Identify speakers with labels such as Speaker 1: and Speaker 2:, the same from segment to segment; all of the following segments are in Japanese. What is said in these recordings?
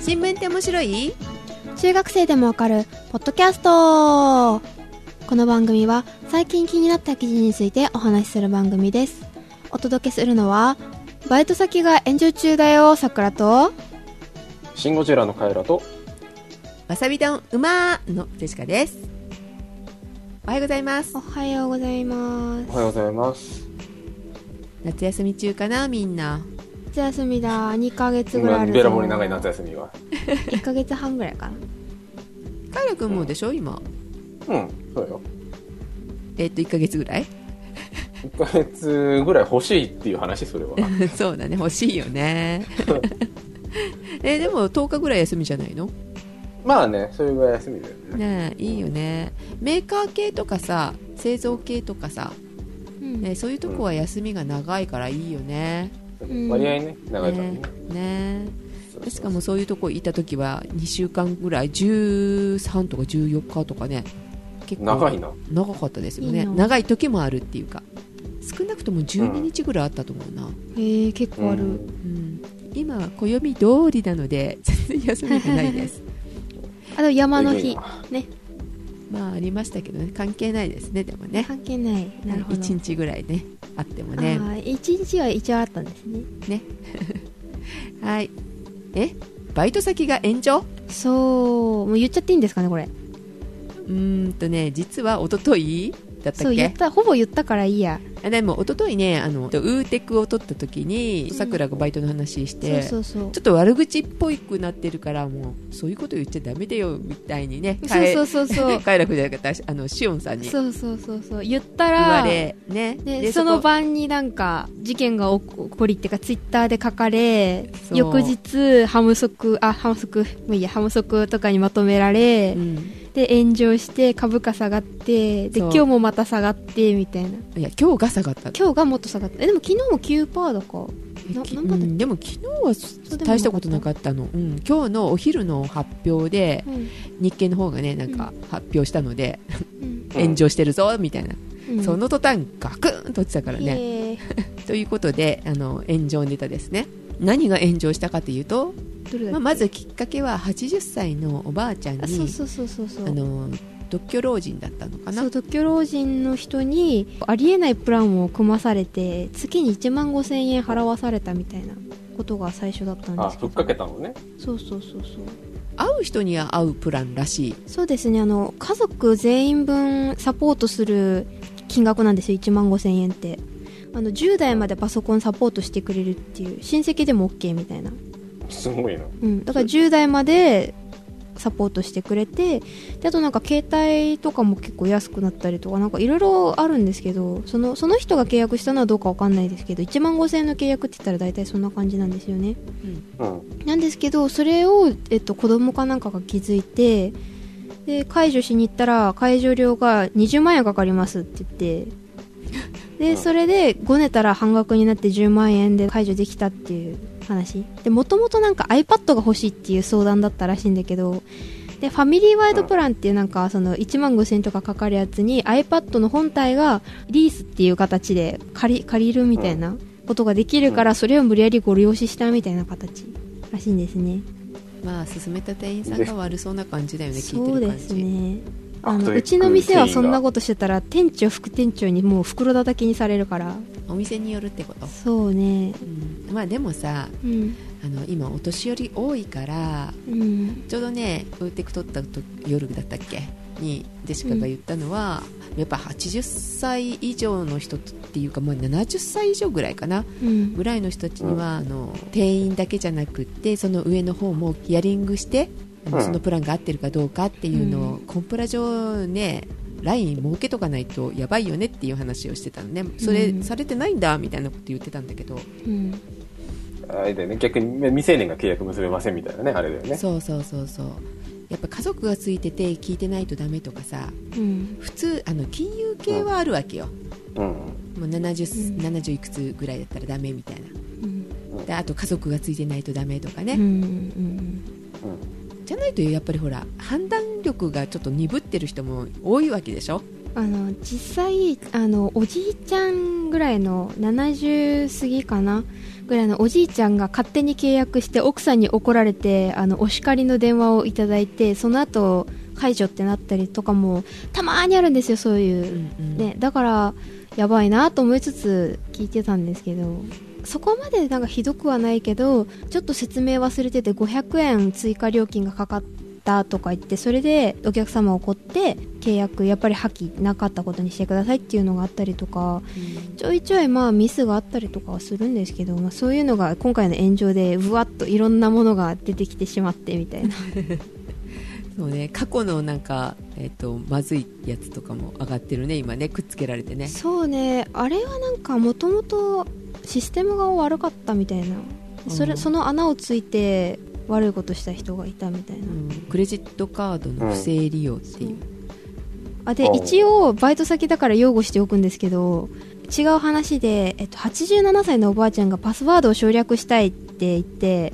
Speaker 1: 新聞って面白い
Speaker 2: 中学生でもわかるポッドキャストこの番組は最近気になった記事についてお話しする番組ですお届けするのはバイト先が炎上中だよ桜と
Speaker 3: シン・ゴジラのカエラと
Speaker 1: わさび丼うまーのジェシカですおはようございます
Speaker 2: おはようございま
Speaker 3: おはようございます
Speaker 1: 夏休み中かなみんな
Speaker 2: す夏休みだ2ヶ月ぐらいある
Speaker 3: べらぼうに長い夏休みは
Speaker 2: 1ヶ月半ぐらいかな
Speaker 1: カイラくんもでしょ今
Speaker 3: うんそうよ
Speaker 1: えっと1ヶ月ぐらい
Speaker 3: 1ヶ月ぐらい欲しいっていう話それは
Speaker 1: そうだね欲しいよね えでも10日ぐらい休みじゃないの
Speaker 3: まあねそれぐらい休みだよね
Speaker 1: ねえいいよねメーカー系とかさ製造系とかさ、
Speaker 2: うん
Speaker 1: ね、そういうとこは休みが長いからいいよね
Speaker 2: うん
Speaker 3: 割合ね長いからね
Speaker 1: ねね
Speaker 3: そうそう
Speaker 1: えしかもそういうとこ行った時は2週間ぐらい13とか14日とかね結構
Speaker 3: 長いな
Speaker 1: 長かったですよね
Speaker 2: いいな
Speaker 1: 長い時もあるっていうか少なくとも12日ぐらいあったと思うな、うん
Speaker 2: えー、結構ある、
Speaker 3: うん
Speaker 1: 今は暦通りなので全然休みがないです
Speaker 2: あと山の
Speaker 3: えぐい
Speaker 2: 日
Speaker 3: な
Speaker 2: ね
Speaker 1: まあありましたけどね関係ないですねでもね
Speaker 2: 関係ないなるほど
Speaker 1: 1日ぐらいねあっても
Speaker 2: あ
Speaker 1: ね
Speaker 2: ー一日は一応あったんですね
Speaker 1: はいえバイト先が延長
Speaker 2: そうもう言っちゃっていいんですかねこれ
Speaker 1: うーんとね実は一昨日だった
Speaker 2: そ
Speaker 1: っ
Speaker 2: う言
Speaker 1: け
Speaker 2: ったほぼ言ったからいいや
Speaker 1: あでも一昨日ねあのウーテクを取った時に
Speaker 2: うん
Speaker 1: さくらがバイトの話して、
Speaker 2: そうそうそう
Speaker 1: ちょっと悪口っぽくなってるからもうそういうこと言っちゃダメだよみたいにね
Speaker 2: そうそうそうそう
Speaker 1: 快楽じゃなかったあのシオンさんに言
Speaker 2: そうそうそうそう言った
Speaker 1: わ
Speaker 2: ら
Speaker 1: れね
Speaker 2: ね
Speaker 1: で
Speaker 2: その
Speaker 1: こ
Speaker 2: 晩になんか事件が起こ起こりっていうかツイッターで書かれ
Speaker 1: そう
Speaker 2: 翌日ハムソクあハムソクもういいやハムソクとかにまとめられ、
Speaker 1: うん
Speaker 2: で炎上して株価下がってで
Speaker 1: そう
Speaker 2: 今日もまた下がってみたいない
Speaker 1: や今日が下がったの
Speaker 2: 今日がもっと下がったえでも昨日も9%だかな
Speaker 1: き
Speaker 2: なんかだっけ
Speaker 1: うんでも昨日は大したことなかったの、うん、今日のお昼の発表で
Speaker 2: うん
Speaker 1: 日経の方がねなんか発表したので、
Speaker 2: うん
Speaker 3: うん
Speaker 1: 炎上してるぞみたいな、
Speaker 2: うん
Speaker 1: その途端ガクンと落ちたからね、
Speaker 2: へえ
Speaker 1: ということであの炎上ネタですね何が炎上したかというと、
Speaker 2: どれだっけ
Speaker 1: まあ、まずきっかけは80歳のおばあちゃんに
Speaker 2: あそうそうそうそうそう
Speaker 1: あの独居老人だったのかな
Speaker 2: そう独居老人の人にありえないプランを組まされて月に1万5千円払わされたみたいなことが最初だったん
Speaker 3: あ
Speaker 2: ですけ
Speaker 3: ふっ
Speaker 2: ど
Speaker 3: かけたのね
Speaker 2: そうそうそうそう
Speaker 1: 会う人には会うプランらしい
Speaker 2: そうですねあの家族全員分サポートする金額なんですよ1万5千円ってあの10代までパソコンサポートしてくれるっていう親戚でも OK みたいな、
Speaker 3: すごいな
Speaker 2: うん、だから10代までサポートしてくれてであとなんか携帯とかも結構安くなったりとかなんかいろいろあるんですけどそのその人が契約したのはどうかわかんないですけど1万5000円の契約って言ったら大体そんな感じなんですよね
Speaker 3: うん
Speaker 2: なんですけどそれを、えっと、子供かなんかが気づいてで解除しに行ったら解除料が20万円かかりますって言って
Speaker 3: う
Speaker 2: で
Speaker 3: ん
Speaker 2: それでごねたら半額になって10万円で解除できたっていう話でもともとなんか iPad が欲しいっていう相談だったらしいんだけどでファミリーワイドプランっていうなんかその1万5000円とかかかるやつに iPad の本体がリースっていう形で借り借りるみたいなことができるか
Speaker 3: う
Speaker 2: らそれを無理やりご利用ししたみたいな形らしいんですね
Speaker 1: まあ勧めた店員さんが悪そうな感じだよね聞い
Speaker 2: そう
Speaker 1: てる
Speaker 2: で
Speaker 1: 感
Speaker 2: す
Speaker 1: じ、
Speaker 2: ね
Speaker 3: あ
Speaker 2: あ
Speaker 3: と
Speaker 2: の
Speaker 3: で
Speaker 2: うちの店はそんなことしてたら店長副店長にもう袋叩きにされるから
Speaker 1: お店によるってこと、
Speaker 2: そうね
Speaker 1: うんまあでもさ
Speaker 2: うん
Speaker 1: あの今お年寄り多いから
Speaker 2: うん
Speaker 1: ちょうどねウーテク取ったと夜だったっけにジェシカが言ったのは、やっぱ80歳以上の人っていうか、まあ、70歳以上ぐらいかな
Speaker 2: うん
Speaker 1: ぐらいの人たちには、あの店員だけじゃなくってその上の方もヒアリングしてあの
Speaker 3: うん
Speaker 1: そのプランが合ってるかどうかっていうのを、
Speaker 2: うん
Speaker 1: コンプラ上ねライン設けとかないとやばいよねっていう話をしてたのねそれ、
Speaker 2: うん
Speaker 1: されてないんだみたいなこと言ってたんだけど、
Speaker 2: うん
Speaker 3: あれだよね逆に未成年が契約結べませんみたいなねあれだよね
Speaker 1: そうそうそうそうやっぱ家族がついてて聞いてないとダメとかさ
Speaker 2: うん
Speaker 1: 普通あの金融系はあるわけよ、
Speaker 3: うん
Speaker 1: もう 70,、
Speaker 2: うん
Speaker 1: 70いくつぐらいだったらダメみたいな
Speaker 2: うん
Speaker 1: であと家族がついてないとダメとかね、
Speaker 2: うんうん
Speaker 3: うん
Speaker 1: じゃないとやっぱりほら判断力がちょっと鈍ってる人も多いわけでしょ
Speaker 2: あの実際あのおじいちゃんぐらいの70過ぎかなぐらいのおじいちゃんが勝手に契約して奥さんに怒られてあのお叱りの電話をいただいてその後解除ってなったりとかもたまーにあるんですよそういう、ね、だからやばいなと思いつつ聞いてたんですけどそこまでなんかひどくはないけどちょっと説明忘れてて500円追加料金がかかったとか言ってそれでお客様怒って契約やっぱり破棄なかったことにしてくださいっていうのがあったりとかちょいちょいまあミスがあったりとかはするんですけど、まあ、そういうのが今回の炎上でうわっといろんなものが出てきてしまってみたいな
Speaker 1: そうね、過去のなんか、えっとまずいやつとかも上がってるね今ねくっつけられてね
Speaker 2: そうねあれはなんかもともとシステムが悪かったみたいなそれ、
Speaker 1: うん
Speaker 2: その穴をついて悪いことした人がいたみたいな、
Speaker 1: うんクレジットカードの不正利用っていう、
Speaker 2: あで
Speaker 3: おう
Speaker 2: 一応バイト先だから擁護しておくんですけど違う話で、えっと、87歳のおばあちゃんがパスワードを省略したいって言って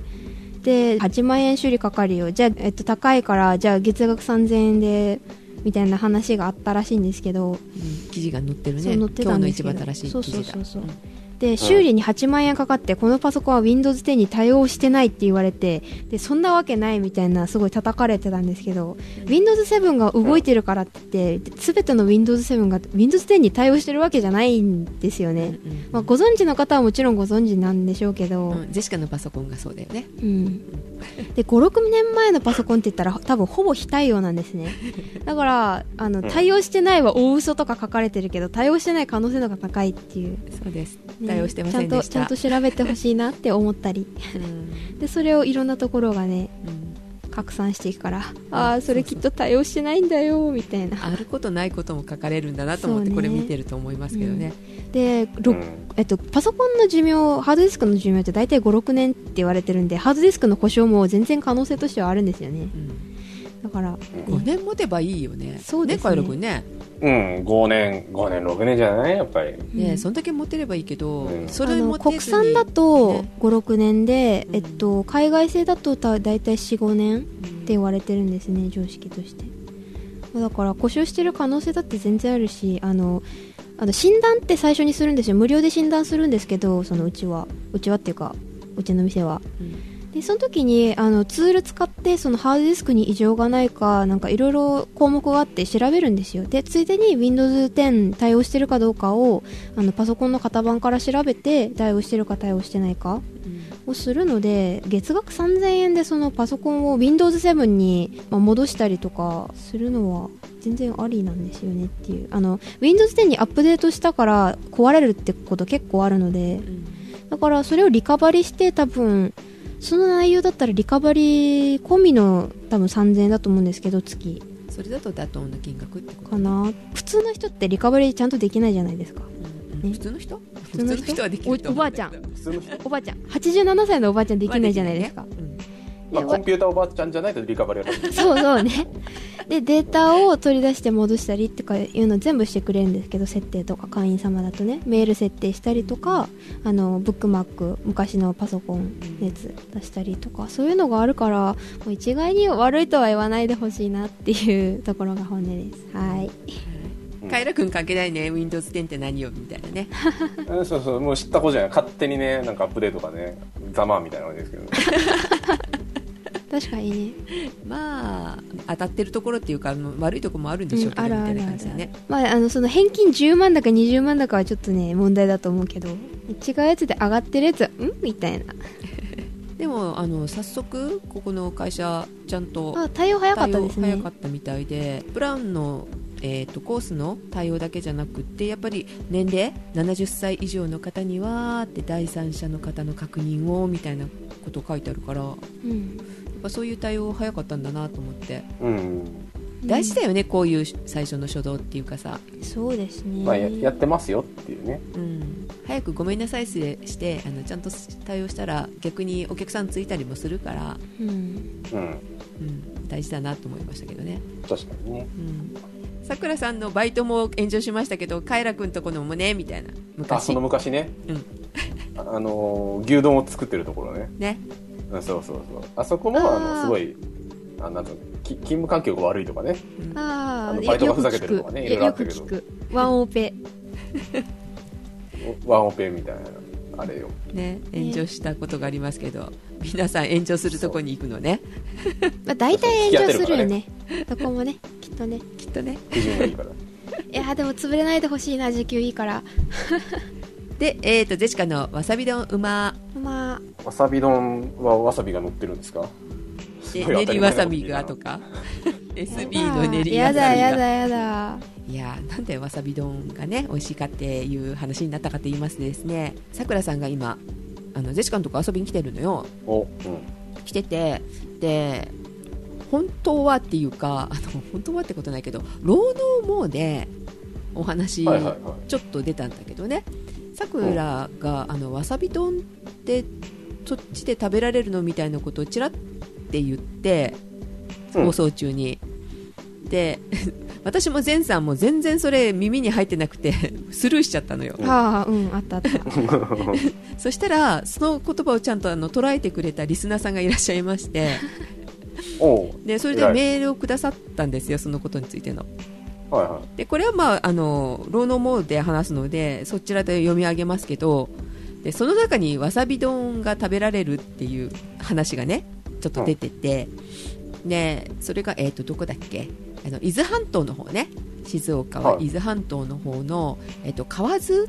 Speaker 2: で8万円修理かかるよじゃあ、えっと、高いからじゃあ月額3000円でみたいな話があったらしいんですけど
Speaker 1: うん記事が載ってる
Speaker 2: そう
Speaker 1: ね
Speaker 2: 載って
Speaker 1: 今
Speaker 2: た
Speaker 1: 日
Speaker 2: ん
Speaker 1: の
Speaker 2: です
Speaker 1: 一
Speaker 2: けど
Speaker 1: 番新しい記事だ
Speaker 2: そうそうそうそうで修理に8万円かかってこのパソコンは Windows10 に対応してないって言われてでそんなわけないみたいなすごい叩かれてたんですけど Windows7 が動いてるからって言って全ての Windows7 が Windows10 に対応してるわけじゃないんですよ
Speaker 1: うん
Speaker 2: ね、
Speaker 1: うんうん
Speaker 2: まあ、ご存知の方はもちろんご存知なんでしょうけど、
Speaker 1: うんジェシカのパソコンがそうだよね
Speaker 2: うん、で56年前のパソコンって言ったら多分ほぼ非対応なんですねだからあの
Speaker 3: うん
Speaker 2: 対応してないは大嘘とか書かれてるけど対応してない可能性の方が高いっていう、
Speaker 1: そうです
Speaker 2: ね
Speaker 1: 対応してませんでした
Speaker 2: ちゃんとちゃんと調べてほしいなって思ったり
Speaker 1: うん
Speaker 2: でそれをいろんなところがね
Speaker 1: うん
Speaker 2: 拡散していくからああそれきっと対応してないんだよみたいな
Speaker 1: あることないことも書かれるんだなと思っ
Speaker 2: そう
Speaker 1: て
Speaker 2: ね
Speaker 1: これ見てると思いますけどね
Speaker 2: で、
Speaker 3: う
Speaker 2: ろ
Speaker 3: ん
Speaker 2: えっと、パソコンの寿命ハードディスクの寿命って大体56年って言われてるんでハードディスクの故障も全然可能性としてはあるんですよねだから、
Speaker 1: うん5年持てばいいよね
Speaker 2: そうですね
Speaker 1: カイロ君ね
Speaker 3: うん、5年、5年、6年じゃないやっぱり。
Speaker 1: ね
Speaker 2: うん
Speaker 1: そんだけ持てればいいけど
Speaker 3: うん
Speaker 1: そ
Speaker 2: あ
Speaker 1: れ持
Speaker 2: の
Speaker 1: てずに
Speaker 2: 国産だと
Speaker 1: ね
Speaker 2: 56年で、
Speaker 1: うん
Speaker 2: えっと、海外製だとた大体45年って
Speaker 1: うん
Speaker 2: 言われてるんですね常識としてまあだから故障してる可能性だって全然あるしあのあの診断って最初にするんですよ無料で診断するんですけどそのうちはうちはっていうかうちの店は
Speaker 1: うん
Speaker 2: でその時にあのツール使ってそのハードディスクに異常がないかなんかいろいろ項目があって調べるんですよでついでに Windows10 対応してるかどうかをあのパソコンの型番から調べて対応してるか対応してないかをするので月額3000円でそのパソコンを Windows7 に、まあ、戻したりとかするのは全然ありなんですよねっていうあの Windows10 にアップデートしたから壊れるってこと結構あるので
Speaker 1: うん
Speaker 2: だからそれをリカバリして多分その内容だったらリカバリ込みの多分3000円だと思うんですけど月
Speaker 1: それだと妥当な金額ってこと
Speaker 2: かな普通の人ってリカバリちゃんとできないじゃないですか
Speaker 1: うん
Speaker 2: ね
Speaker 1: 普通の人普
Speaker 2: 通の人
Speaker 1: はできると思うんだけど
Speaker 2: おおばあ
Speaker 3: 普通の人、
Speaker 2: おばあちゃん87歳のおばあちゃんできないじゃないですか、
Speaker 1: うん
Speaker 3: まあ、
Speaker 2: いや
Speaker 3: コンピューターおばあちゃんじゃないとリカバリーは多分
Speaker 2: そうそうねでデータを取り出して戻したりってかいうの全部してくれるんですけど設定とか会員様だとねメール設定したりとかあのブックマーク昔のパソコンのやつ出したりとかそういうのがあるからもう一概に悪いとは言わないでほしいなっていうところが本音ですはい
Speaker 3: うん
Speaker 1: カイラ君関係ないね Windows10 って何よみたいなね
Speaker 3: うんそうそう、もう知ったことじゃない。勝手にね、なんかアップデートがね、ざまあみたいな感じですけど、
Speaker 2: 確かにね
Speaker 1: まあ当たってるところっていうかあの悪いところもあるんでしょうけど
Speaker 2: あ
Speaker 1: み
Speaker 2: る
Speaker 1: た
Speaker 2: あ
Speaker 1: い
Speaker 2: る
Speaker 1: な
Speaker 2: あ
Speaker 1: 感
Speaker 2: る
Speaker 1: じだね
Speaker 2: まああのその返金10万だか20万だかはちょっとね問題だと思うけど違うやつで上がってるやつはうんみたいな
Speaker 1: でもあの早速ここの会社ちゃんと
Speaker 2: あ対応早かったです
Speaker 1: 対応
Speaker 2: ね
Speaker 1: 早かったみたいでブラウンの、えー、とコースの対応だけじゃなくってやっぱり年齢70歳以上の方にはって第三者の方の確認をみたいなこと書いてあるからやっ
Speaker 2: うん
Speaker 1: ぱそういう対応早かったんだなと思って、
Speaker 3: うん。
Speaker 1: 大事だよねこういう最初の初動っていうかさ、
Speaker 2: そうですね、
Speaker 3: まあや、やってますよっていうね。
Speaker 1: うん、早くごめんなさいしてあのちゃんと対応したら逆にお客さんついたりもするから、
Speaker 2: うん、
Speaker 3: うん。
Speaker 1: うん、大事だなと思いましたけどね
Speaker 3: 確かにね。
Speaker 1: うんさくらさんのバイトも炎上しましたけどカイラ君とこのもねみたいな
Speaker 3: あ、
Speaker 1: 昔
Speaker 3: その昔ね。
Speaker 1: うん
Speaker 3: ああのー牛丼を作ってるところね。
Speaker 1: ね
Speaker 3: うん、そうそうそう。あそこも、あ
Speaker 1: あー
Speaker 3: の、すごい、あなんとき勤務環境が悪いとかね
Speaker 2: あ
Speaker 3: あ
Speaker 2: あ
Speaker 3: の
Speaker 2: い
Speaker 3: バ
Speaker 2: や
Speaker 3: イトが
Speaker 2: よ
Speaker 3: ふ
Speaker 2: く
Speaker 3: ざけてると
Speaker 2: 聞
Speaker 3: か
Speaker 2: く、
Speaker 3: ね
Speaker 2: い
Speaker 3: いろい
Speaker 2: や
Speaker 3: ろあ
Speaker 2: よ
Speaker 3: っ
Speaker 2: く
Speaker 3: たけど
Speaker 2: 聞くワンオペ
Speaker 3: ワンオペみたいなあれよ
Speaker 1: ね炎上したことがありますけど皆さん炎上するとこに行くのね
Speaker 2: まあ大体炎上するよねどこもねきっとね
Speaker 1: きっとね
Speaker 3: 基準がい いから
Speaker 2: いやーでも潰れないでほしいな時給いいから
Speaker 1: で、えー、とジェシカのわさび丼うま
Speaker 2: まあ
Speaker 3: わさび丼はわさびが乗ってるんですか
Speaker 1: です
Speaker 3: ごい
Speaker 1: 練
Speaker 3: 当た
Speaker 1: り
Speaker 3: り前
Speaker 1: わ
Speaker 3: なこ
Speaker 1: さ
Speaker 3: と言
Speaker 1: び
Speaker 3: うな
Speaker 1: がとか SB
Speaker 2: やだ
Speaker 1: の練りわ
Speaker 2: や
Speaker 1: さび
Speaker 2: だやだ
Speaker 1: が
Speaker 2: やだ
Speaker 1: いやーなんでわさび丼がね美味しいかっていう話になったかと言いますとですねさくらさんが今あのジェシカのとこ遊びに来てるのよ
Speaker 3: お、うん、
Speaker 1: 来ててで本当はっていうかあの本当はってことないけど労働もでお話、
Speaker 3: はいはいはい
Speaker 1: ちょっと出たんだけどねさくらが、あのわさび丼ってそっちで食べられるのみたいなことをちらって言って
Speaker 3: うん
Speaker 1: 放送中に、で 私も前さんも全然それ耳に入ってなくて スルーしちゃったのよ、
Speaker 3: うん
Speaker 2: ああうんあった あった
Speaker 1: そしたらその言葉をちゃんとあの捉えてくれたリスナーさんがいらっしゃいまして
Speaker 3: お
Speaker 1: でそれでメールをくださったんですよそのことについての
Speaker 3: はいは
Speaker 1: でこれはまああの労農モードで話すのでそちらで読み上げますけどでその中にわさび丼が食べられるっていう話がねちょっと出てて、でそれが、えー、とどこだっけあの伊豆半島の方ね静岡は
Speaker 3: は
Speaker 1: 伊
Speaker 3: い
Speaker 1: 豆半島の方の、えー、と河津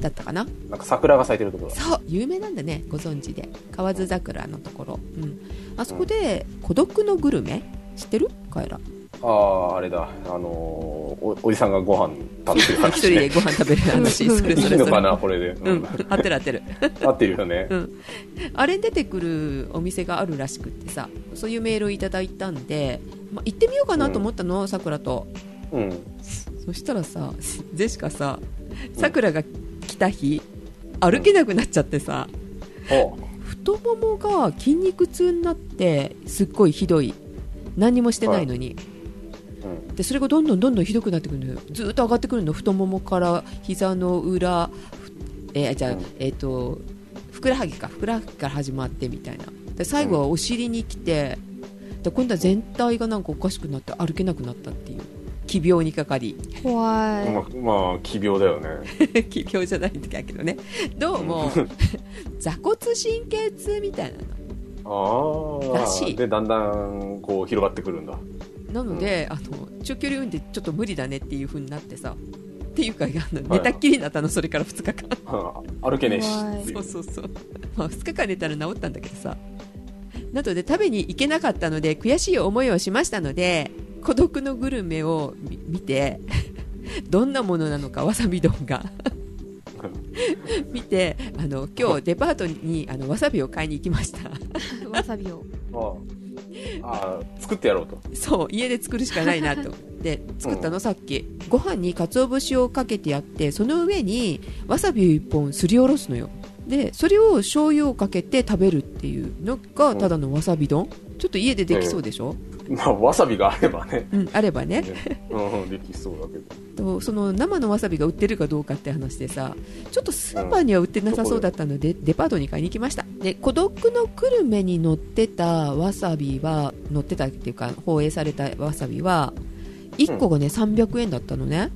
Speaker 1: だったかない
Speaker 3: なんか桜が咲いてるところだ
Speaker 1: そう有名なんだねご存知で河津桜のところ、うん、あそこで孤独のグルメ知ってるカエラ
Speaker 3: あああれだあのーおおじさんがご飯食べてる
Speaker 1: 一人で
Speaker 3: 話
Speaker 1: ご飯食べる話
Speaker 2: うん
Speaker 1: それ
Speaker 3: い
Speaker 1: そ
Speaker 3: い
Speaker 1: れ
Speaker 3: の
Speaker 1: それ
Speaker 3: かなこれで、
Speaker 1: うん、合ってる合ってる
Speaker 3: 合ってるよね、
Speaker 1: あれに出てくるお店があるらしくってさそういうメールをいただいたんで、まあ、行ってみようかなと思ったのさくらと
Speaker 3: うん
Speaker 1: そしたらさジェシカささくらが来た日歩けなくなっちゃってさ
Speaker 3: お
Speaker 1: 太ももが筋肉痛になってすっごいひどい何にもしてないのに、
Speaker 3: うん
Speaker 1: でそれがどんどんどんどんひどくなってくるのよずーっと上がってくるの太ももから膝の裏ふえーじゃあ、
Speaker 3: うん
Speaker 1: えっ、とふくらはぎかふくらはぎから始まってみたいなで最後はお尻に来て、で今度は全体がなんかおかしくなって歩けなくなったっていう奇病にかかり
Speaker 2: 怖い
Speaker 3: ままあ奇病だよね
Speaker 1: 奇病じゃないんだけどねどう も座骨神経痛みたいなの
Speaker 3: ああ
Speaker 1: らしい
Speaker 3: でだんだんこう広がってくるんだ
Speaker 1: なので、あの中距離運転ちょっと無理だねっていう風になってさっていうかあの
Speaker 3: は
Speaker 1: 寝
Speaker 3: い
Speaker 1: たっきりになったのそれから2日間
Speaker 3: うん歩けねえし
Speaker 2: 怖い
Speaker 3: ってい
Speaker 1: そうそうそう、まあ、2日間寝たら治ったんだけどさなので食べに行けなかったので悔しい思いをしましたので孤独のグルメを見見て どんなものなのかわさび丼が見てあの今日デパートにあのわさびを買いに行きました
Speaker 2: わさびを
Speaker 3: ああああ作ってやろうと
Speaker 1: そう家で作るしかないな と思って作ったのさっきご飯に鰹節をかけてやってその上にわさびを1本すりおろすのよでそれを醤油をかけて食べるっていうのがただのわさび丼ちょっと家でできそうでしょ、
Speaker 3: まあわさびがあればね
Speaker 1: うん、あればね
Speaker 3: うんできそうだけど
Speaker 1: とその生のわさびが売ってるかどうかって話でさちょっとスーパーには売ってなさそうだったので、デパートに買いに行きましたで孤独のグルメに載ってたわさびは載ってたっていうか放映されたわさびは1個がね、300円だったのね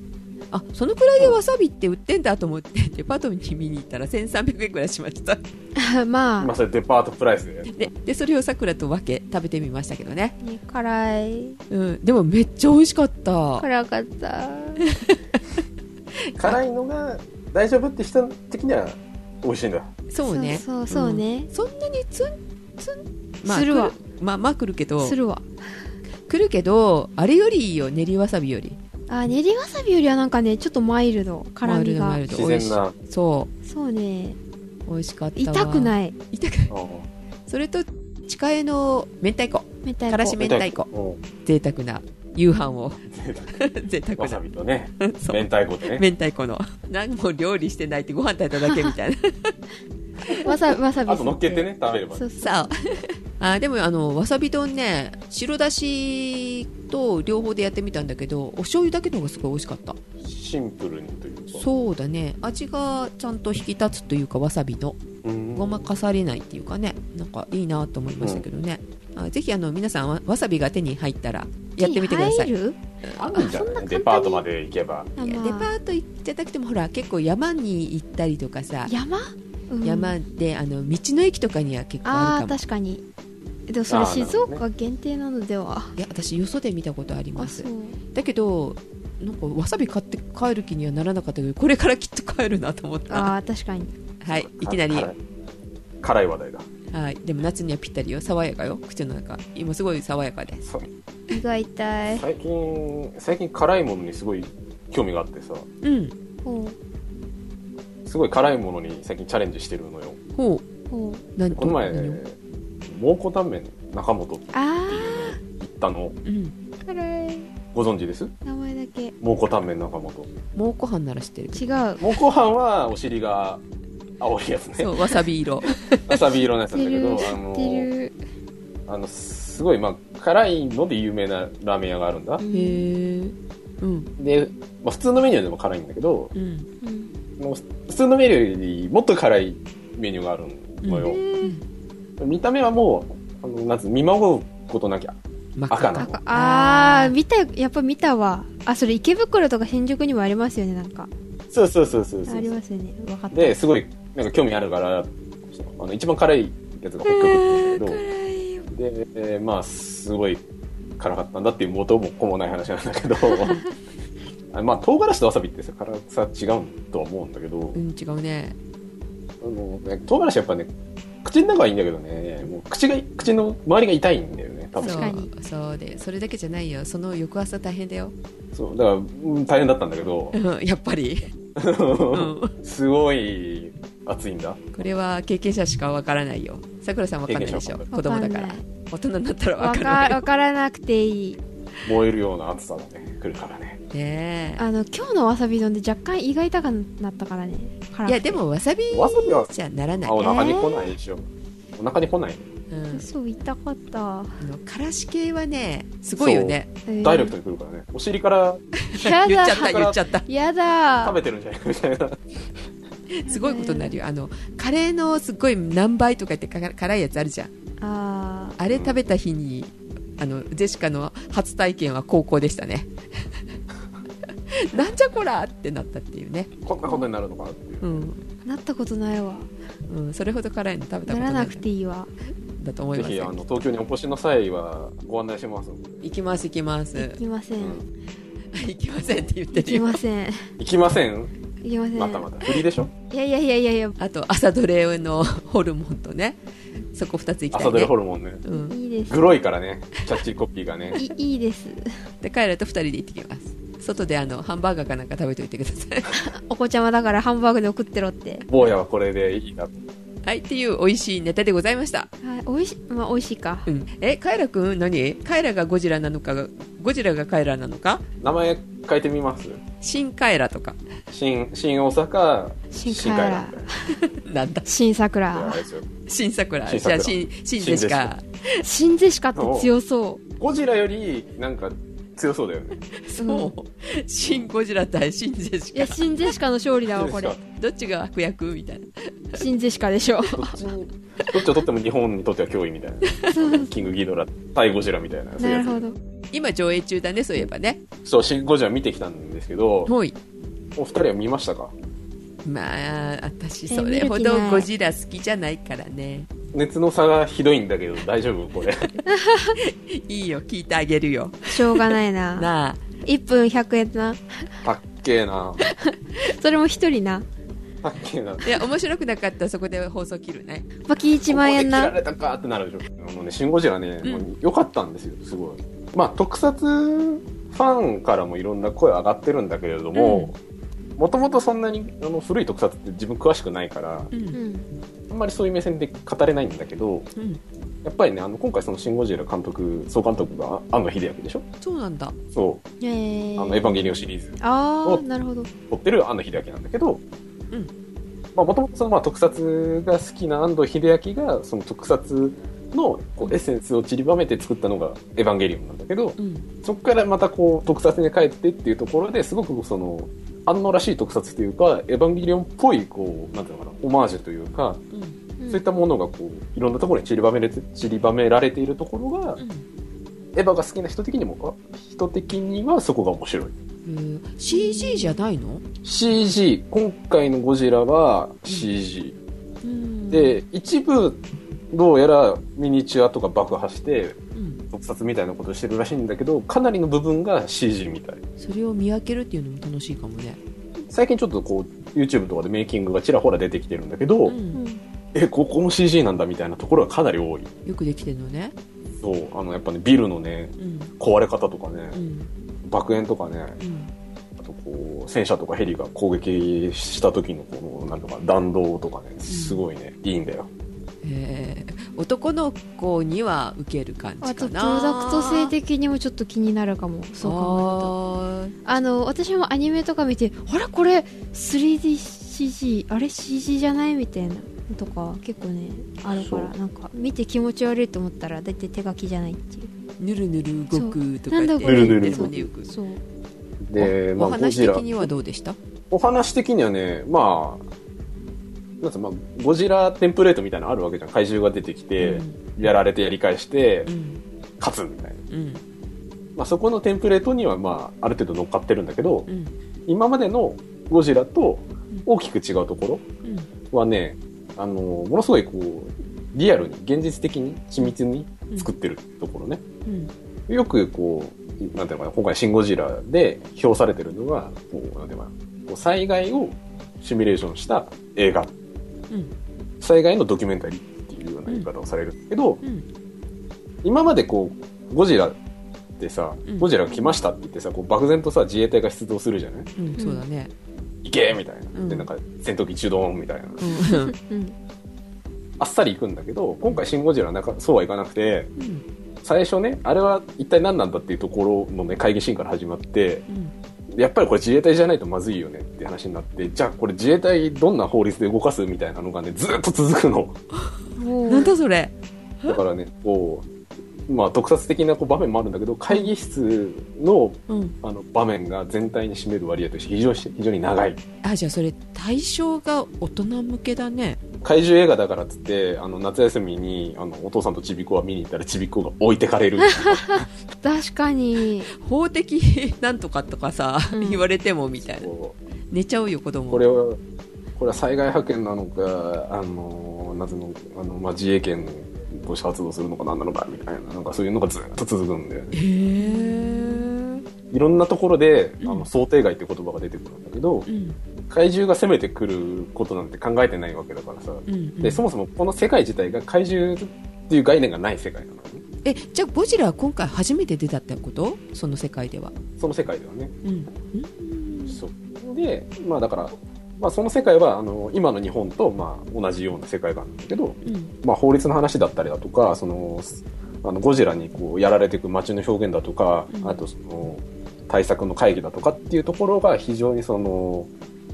Speaker 1: あそのくらいでわさびって売ってんだと思って デパートに見に行ったら1300円くらいしました
Speaker 2: ま
Speaker 3: まあそれデパートプライスで
Speaker 1: ででそれをさくらと分け食べてみましたけどね、
Speaker 2: あ、ね、辛い
Speaker 1: うん、でもめっちゃ美味しかった
Speaker 2: 辛かった
Speaker 3: 辛いのが大丈夫って人的には美味しいんだ
Speaker 1: そうね
Speaker 2: そうそうそうね
Speaker 1: んそんなにツンツン、
Speaker 2: するわ
Speaker 1: くまあまあ来るけど
Speaker 2: するわ
Speaker 1: 来るけどあれよりいいよ練りわさびより
Speaker 2: あ練りわさびよりはなんかねちょっとマイルド辛み
Speaker 1: マ
Speaker 2: が
Speaker 1: イルド
Speaker 3: 自
Speaker 1: マイルド
Speaker 3: 然な
Speaker 1: そう
Speaker 2: そうね
Speaker 1: 美味しかったわ
Speaker 2: 痛く
Speaker 1: い
Speaker 2: ない
Speaker 1: 痛くない
Speaker 3: うん
Speaker 1: それと近江の明太子
Speaker 2: 明太子
Speaker 1: からし明太子
Speaker 3: うん
Speaker 1: 贅沢な夕飯を贅沢
Speaker 3: わさ
Speaker 1: な
Speaker 3: びとね
Speaker 1: そう
Speaker 3: 明太子とね
Speaker 1: 明太子の何も料理してないってご飯炊いただけみ たいな
Speaker 2: わさわさび
Speaker 3: あと乗っけてね食べれば
Speaker 2: そうそう
Speaker 1: さああでもあのわさび丼ね白だしと両方でやってみたんだけどお醤油だけの方がすごい美味しかった
Speaker 3: シンプルにというか
Speaker 1: そうだね味がちゃんと引き立つというかわさびの
Speaker 3: うん
Speaker 1: ごまかされないっていうかねなんかいいなと思いましたけどね、あぜひあの皆さんわわさびが手に入ったらやってみてください
Speaker 2: 手に入る
Speaker 3: あるんじゃ
Speaker 2: あそんな簡単
Speaker 3: ない
Speaker 2: に
Speaker 3: デパートまで行けば。
Speaker 2: あ
Speaker 1: いや
Speaker 2: まあ
Speaker 1: デパート行っちゃなくてもほら結構山に行ったりとかさ
Speaker 2: 山、うん
Speaker 1: 山であの道の駅とかには結構あ
Speaker 2: あ
Speaker 1: る
Speaker 2: ー
Speaker 1: かも
Speaker 2: 確かにでもそれ
Speaker 3: あーなる
Speaker 2: 静
Speaker 3: ほどね
Speaker 2: 岡限定なのでは、
Speaker 1: いや私よそで見たことありま
Speaker 2: あ
Speaker 1: す
Speaker 2: そう
Speaker 1: だけどなんかわさび買って帰る気にはならなかったけどこれからきっと帰るなと思った
Speaker 2: あー確かに
Speaker 1: はいいきなり
Speaker 3: 辛辛い話題だ。
Speaker 1: はいでも夏にはぴったりよ爽やかよ口の中今すごい爽やかです
Speaker 3: そう
Speaker 2: 胃が痛い
Speaker 3: 最近、最近辛いものにすごい興味があってさ、
Speaker 1: うん
Speaker 2: ほ
Speaker 3: すごい辛いものに最近チャレンジしてるのよ。
Speaker 1: ほ
Speaker 2: うほう
Speaker 1: うなん
Speaker 3: この前、
Speaker 1: ど何を
Speaker 3: 蒙古タンメン中本っていう
Speaker 2: あ
Speaker 3: 行ったの
Speaker 1: うん
Speaker 2: ー辛い
Speaker 3: ご存知です
Speaker 2: 名前だけ違う
Speaker 3: 蒙古タンメン中本。
Speaker 1: 蒙古飯なら知ってる
Speaker 3: 蒙古飯はお尻が青いやつね
Speaker 1: そ。うわさび色
Speaker 3: わさび色のや
Speaker 2: 知
Speaker 3: つ
Speaker 2: っ
Speaker 3: なん
Speaker 2: て
Speaker 3: だ
Speaker 2: る
Speaker 3: けど、
Speaker 2: 知
Speaker 3: あ
Speaker 2: って
Speaker 3: の、
Speaker 2: る
Speaker 3: あの、すごい、まあ、辛いので有名なラーメン屋があるんだ。
Speaker 1: へえうん
Speaker 3: で、まあ、普通のメニューでも辛いんだけど、
Speaker 1: うん
Speaker 2: うん
Speaker 3: もう普通のメニューよりもっと辛いメニューがあるの
Speaker 2: え
Speaker 3: よ。
Speaker 2: ー
Speaker 3: 見た目はもう、あのなんつう見守ることなきゃ。
Speaker 1: 真っ
Speaker 3: 赤な
Speaker 2: なん
Speaker 3: の
Speaker 2: かあー見たやっぱ見たわあそれ池袋とか新宿にもありますよねなんか
Speaker 3: そうそうそうそうそ
Speaker 2: あり
Speaker 3: う。
Speaker 2: ますよね分かった
Speaker 3: で、すごい、なんか興味あるから、あの、一番辛いやつが北極って言うんだけど、
Speaker 2: 辛い
Speaker 3: で、えーまあ、すごい辛かったんだっていう元も子もない話なん だけど、あまあ、唐辛子とわさびってさ、辛さ違うとは思うんだけど、
Speaker 1: うん違うね
Speaker 3: あのね唐辛子やっぱね、口の中はいいんだけどね、もう口が、口の周りが痛いんだよね、多分。
Speaker 2: 確かに
Speaker 1: そうそうでそれだけじゃないよその翌朝大変だよ
Speaker 3: そう、だから、うん大変だったんだけど、
Speaker 1: うんやっぱり、うん、
Speaker 3: すごい熱いんだ。
Speaker 1: これは経験者しかわからないよさくらさんわかんないでしょ
Speaker 3: 経験
Speaker 1: 子供だから
Speaker 2: わんない
Speaker 1: 大人になったらわ
Speaker 2: わ
Speaker 1: か
Speaker 2: か
Speaker 1: る
Speaker 2: わからなくていい
Speaker 3: 燃えるような熱さがね、来るからね。
Speaker 1: ね
Speaker 2: あの今日のわさび丼で若干胃が痛くなったからね辛く
Speaker 1: え
Speaker 2: て
Speaker 1: いやでもわさび
Speaker 3: わさびは、
Speaker 1: じゃならない
Speaker 3: あ、お腹に来ないでしょ。お腹に来ない。
Speaker 1: うん
Speaker 2: そう痛かった、
Speaker 1: あのからし系はねすごいよね
Speaker 2: えー
Speaker 3: ダイレクトに来るからね。お尻から
Speaker 2: や
Speaker 1: 言っちゃっ
Speaker 2: だ
Speaker 1: た言っちゃった
Speaker 2: やだ
Speaker 3: 食べてるんじゃないかみたいな。
Speaker 1: すごいことになるよあのカレーのすごい何倍とか言ってか辛いやつあるじゃん
Speaker 2: あー
Speaker 1: あれ食べた日にあのジェシカの初体験は高校でした ねなんじゃこらってなったっていうね、
Speaker 3: こんなことになるのかなっていう。
Speaker 1: うん
Speaker 2: なったことないわ
Speaker 1: うん、それほど辛いの食べたこ
Speaker 2: な
Speaker 1: とな
Speaker 2: らないくていいわ
Speaker 1: だと思い
Speaker 3: ぜ
Speaker 1: ます
Speaker 3: ひ、あ
Speaker 1: よ
Speaker 3: の、東京にお越しの際は、ご案内しますので。
Speaker 1: 行きます行きます
Speaker 2: いきませ
Speaker 3: うんん。
Speaker 1: 行きませんって言っ
Speaker 2: い
Speaker 1: てる
Speaker 2: き
Speaker 1: よ
Speaker 2: ません
Speaker 3: 行きません
Speaker 2: いきません
Speaker 3: またまた。振りでしょ
Speaker 2: いやいやいやいやいや
Speaker 1: あと朝ドレのホルモンとねそこ2つ行きたい、ね、
Speaker 3: 朝ドラホルモンね。
Speaker 1: うん、
Speaker 2: いいです
Speaker 3: グロいからね。キャッチコピーがね。
Speaker 2: いいいです
Speaker 1: で彼らと2人で行ってきます外であのハンバーガーかなんか食べておいてください
Speaker 2: お子ちゃまだからハンバーグで送ってろって
Speaker 3: 坊やはこれでいいな。
Speaker 1: はいっていう美味しいネタでございました
Speaker 2: はいおいしまあおいしいか
Speaker 1: うんえカイラくん何カイラがゴジラなのかゴジラがカイラなのか
Speaker 3: 名前変えてみます
Speaker 1: 新カイラとか
Speaker 3: 新、新大阪、
Speaker 2: 新
Speaker 3: 新
Speaker 2: カ
Speaker 3: 海
Speaker 2: エラ
Speaker 3: なんだよ
Speaker 1: なんだ
Speaker 2: 新
Speaker 3: いや
Speaker 2: 桜
Speaker 3: あれですよ
Speaker 1: 新桜
Speaker 3: 新
Speaker 1: じゃあ
Speaker 3: 桜
Speaker 1: 新新でしか
Speaker 2: 新ゼシカって強そ
Speaker 3: ゴジラより、なんか、強そうだよね。
Speaker 2: う
Speaker 1: そうう新ゴジラ対新でし
Speaker 2: んいや
Speaker 1: か
Speaker 2: 新ゼシカの勝利だわこれ
Speaker 3: どっ
Speaker 1: どっちが悪役みたいな
Speaker 2: 新ゼシカでしょ
Speaker 3: ちに、どっちを取っても日本にとっては脅威みたい な。キングギドラ、対ゴジラみたいな。そういう
Speaker 2: な
Speaker 3: や
Speaker 2: る
Speaker 3: つ
Speaker 2: ほど
Speaker 1: 今上映中だねそういえばね
Speaker 3: そう、新ゴジラ見てきたんですけど、
Speaker 1: ほい
Speaker 3: お二人は見ましたか
Speaker 1: まあ私
Speaker 2: え
Speaker 1: それほ
Speaker 2: 見る気
Speaker 1: ど
Speaker 2: ない
Speaker 1: ゴジラ好きじゃないからね
Speaker 3: 熱の差がひどいんだけど、大丈夫 これ。
Speaker 1: いいよ聞いてあげるよ
Speaker 2: しょうがない な
Speaker 1: なあ
Speaker 2: 1分100円な
Speaker 3: たっけえな。
Speaker 2: それも一人な
Speaker 3: たっけえな。
Speaker 1: いや面白くなかったらそこで放送切るね
Speaker 2: バキ1万円
Speaker 3: ここ
Speaker 2: な
Speaker 3: で切られたかってなるでしょ。もうね、シン・ゴジラね、
Speaker 1: うん
Speaker 3: もう良かったんですよ、すごい。まあ、特撮ファンからもいろんな声上がってるんだけれども、もともとそんなにあの古い特撮って自分詳しくないから、
Speaker 1: う
Speaker 2: うんん
Speaker 3: あんまりそういう目線で語れないんだけど、
Speaker 1: うん
Speaker 3: やっぱりね、あの、今回そのシン・ゴジラ監督、総監督が安野秀明でしょ
Speaker 1: そうなんだ
Speaker 3: そう。
Speaker 2: えー
Speaker 3: あの、エヴァンゲリオンシリーズ
Speaker 2: あ
Speaker 3: を
Speaker 2: あなるほど
Speaker 3: 撮ってる安野秀明なんだけど、
Speaker 1: うん
Speaker 3: まあ、もともとそのまあ特撮が好きな安藤秀明がその特撮のこうエッセンスを散りばめて作ったのが「エヴァンゲリオン」なんだけど
Speaker 1: うん
Speaker 3: そこからまたこう特撮に帰ってっていうところですごくその安野らしい特撮というか「エヴァンゲリオン」っぽいこうなんていうのかなオマージュというか
Speaker 1: うん
Speaker 2: うん
Speaker 3: そうそういったものがこういろんなところに散りばめれて散りばめられているところがエヴァが好きな人的にもあ人的にはそこが面白い
Speaker 1: うん、えー CG じゃないの、
Speaker 3: CG 今回のゴジラは CG、
Speaker 1: うん、、
Speaker 3: で一部どうやらミニチュアとか爆破して
Speaker 1: うん、
Speaker 3: 特撮みたいなことをしてるらしいんだけどかなりの部分が CG みたい
Speaker 1: それを見分けるっていうのも楽しいかもね、
Speaker 3: 最近ちょっとこう YouTube とかでメイキングがちらほら出てきてるんだけど、
Speaker 1: うん、
Speaker 3: えここも CG なんだみたいなところがかなり多い
Speaker 1: よくできてるのね、
Speaker 3: そうあのやっぱねビルのね
Speaker 1: うん
Speaker 3: 壊れ方とかね
Speaker 1: うん
Speaker 3: 爆炎とかね
Speaker 1: うん、
Speaker 3: あとこう戦車とかヘリが攻撃した時のこのなんとか弾道とかねすごいね、いいんだよ
Speaker 1: えー男の子には受ける感
Speaker 2: あ
Speaker 1: じ
Speaker 2: と
Speaker 1: か
Speaker 2: プ
Speaker 1: な
Speaker 2: ロダクト性的にもちょっと気になるかもそう考
Speaker 1: あ
Speaker 2: えるとあの私もアニメとか見てあれこれ 3DCG あれ CG じゃないみたいなとか結構ねあるから
Speaker 3: そ
Speaker 2: なんか見て気持ち悪いと思ったら大体手書きじゃないっていう
Speaker 1: ーぬるぬる動くとか
Speaker 2: な
Speaker 1: 言
Speaker 2: んだ
Speaker 1: っ
Speaker 2: こ
Speaker 1: て
Speaker 2: れ
Speaker 3: ぬるぬる
Speaker 1: 飛んでいく
Speaker 2: そう
Speaker 3: で
Speaker 1: お
Speaker 3: ま
Speaker 1: お
Speaker 3: あゴ
Speaker 1: 話
Speaker 3: ジ
Speaker 1: 的
Speaker 3: ラ
Speaker 1: にはどうでした
Speaker 3: お話的にはねまあなんつうのまあ、ゴジラテンプレートみたいなのあるわけじゃん怪獣が出てきて、やられてやり返して
Speaker 1: うん
Speaker 3: 勝つみたいな、
Speaker 1: うん
Speaker 3: まあ、そこのテンプレートには、まあ、ある程度乗っかってるんだけど、
Speaker 1: うん
Speaker 3: 今までのゴジラと
Speaker 1: ん
Speaker 3: 大きく違うとこ
Speaker 1: うん
Speaker 3: ろはね、あのものすごいこうリアルに現実的に緻密に作ってるところね、
Speaker 1: うん
Speaker 3: よくこうなんていうのかな今回「シン・ゴジラ」で評されてるのがこうなんていうのかなこう災害をシミュレーションした映画
Speaker 1: うん
Speaker 3: 災害のドキュメンタリーっていうような言い方をされるけど、
Speaker 1: うん
Speaker 3: 今までこうゴジラってさ、
Speaker 1: うん
Speaker 3: ゴジラが来ましたって言ってさこう漠然とさ自衛隊が出動するじゃない
Speaker 1: うんそうだね
Speaker 3: 行けみたいな、
Speaker 1: うん
Speaker 3: でなんか戦闘機中ドーンみたい
Speaker 1: う
Speaker 3: な
Speaker 1: んうん
Speaker 2: うん
Speaker 3: あっさり行くんだけど今回「シン・ゴジラ」なんかそうはいかなくて
Speaker 1: うん
Speaker 3: 最初ねあれは一体何なんだっていうところのね会議シーンから始まってやっぱりこれ自衛隊じゃないとまずいよねって話になってじゃあこれ自衛隊どんな法律で動かすみたいなのがねずっと続くの
Speaker 1: う
Speaker 2: お
Speaker 1: ん
Speaker 2: ー
Speaker 1: なんだそれ
Speaker 3: だからねこうまあ特撮的なこう場面もあるんだけど会議室の
Speaker 1: うん
Speaker 3: あの場面が全体に占める割合として非常に非常に長い
Speaker 1: あじゃあそれ対象が大人向けだね
Speaker 3: 怪獣映画だからっつってあの夏休みにあのお父さんとちびっ子は見に行ったらちびっ子が置いてかれる
Speaker 2: 確かに
Speaker 1: 法的 なんとかとかさ
Speaker 2: うん
Speaker 1: 言われてもみた いな
Speaker 3: こう
Speaker 1: 寝ちゃうよ子供
Speaker 3: これはこれは災害派遣なのかあの夏のあの、まあ、自衛権として発動するのか何なのかみたいななんかそういうのがずっと続くんで
Speaker 1: へえ
Speaker 3: いろんなところであ
Speaker 1: うん
Speaker 3: の想定外って言葉が出てくるんだけど
Speaker 1: うん
Speaker 3: 怪獣が攻めてくることなんて考えてないわけだからさ
Speaker 1: うんうん
Speaker 3: でそもそもこの世界自体が怪獣っていう概念がない世界なのね
Speaker 1: えじゃあゴジラは今回初めて出たってことその世界では
Speaker 3: その世界ではね
Speaker 1: うん
Speaker 3: そうでまあだから、まあ、その世界はあの今の日本とまあ同じような世界観なんだけど、
Speaker 1: うん
Speaker 3: まあ、法律の話だったりだとかそのあのゴジラにこうやられていく街の表現だとか、
Speaker 1: うん
Speaker 3: あとその対策の会議だとかっていうところが非常にその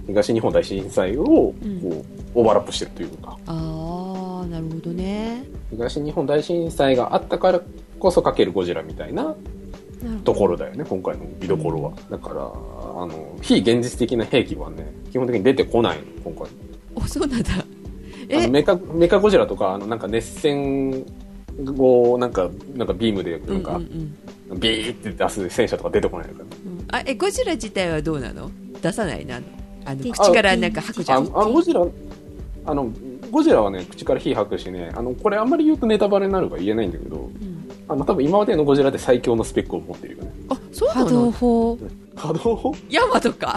Speaker 3: 東日本大震災をこう、
Speaker 1: うん
Speaker 3: オーバーラップしてるというか
Speaker 1: ああなるほどね
Speaker 3: 東日本大震災があったからこそかけるゴジラみたいな
Speaker 2: なるほ
Speaker 3: と
Speaker 2: ど
Speaker 3: ころだよね今回の見どころは、だからあの非現実的な兵器はね基本的に出てこないの今回
Speaker 1: おそうなんだ
Speaker 3: あ
Speaker 1: え
Speaker 3: のメカメカゴジラとかあのなんか熱線をなんかなんかビームでなんか、
Speaker 1: うんうん
Speaker 3: ビーって出す戦車とか出てこないのか
Speaker 1: うんうんあえゴジラ自体はどうなの出さないなあのあの
Speaker 2: で
Speaker 1: 口からなんか吐くじ
Speaker 3: な
Speaker 1: ゃ
Speaker 3: あ
Speaker 1: ん
Speaker 3: あのゴジラあのゴジラはね口から火吐くしねあのこれあんまり言うとネタバレになるから言えないんだけど
Speaker 1: うん
Speaker 3: あの多分今までのゴジラで最強のスペックを持ってるよね
Speaker 1: あそうな
Speaker 2: 波動
Speaker 1: の
Speaker 2: 砲
Speaker 3: 波動
Speaker 1: ヤマとか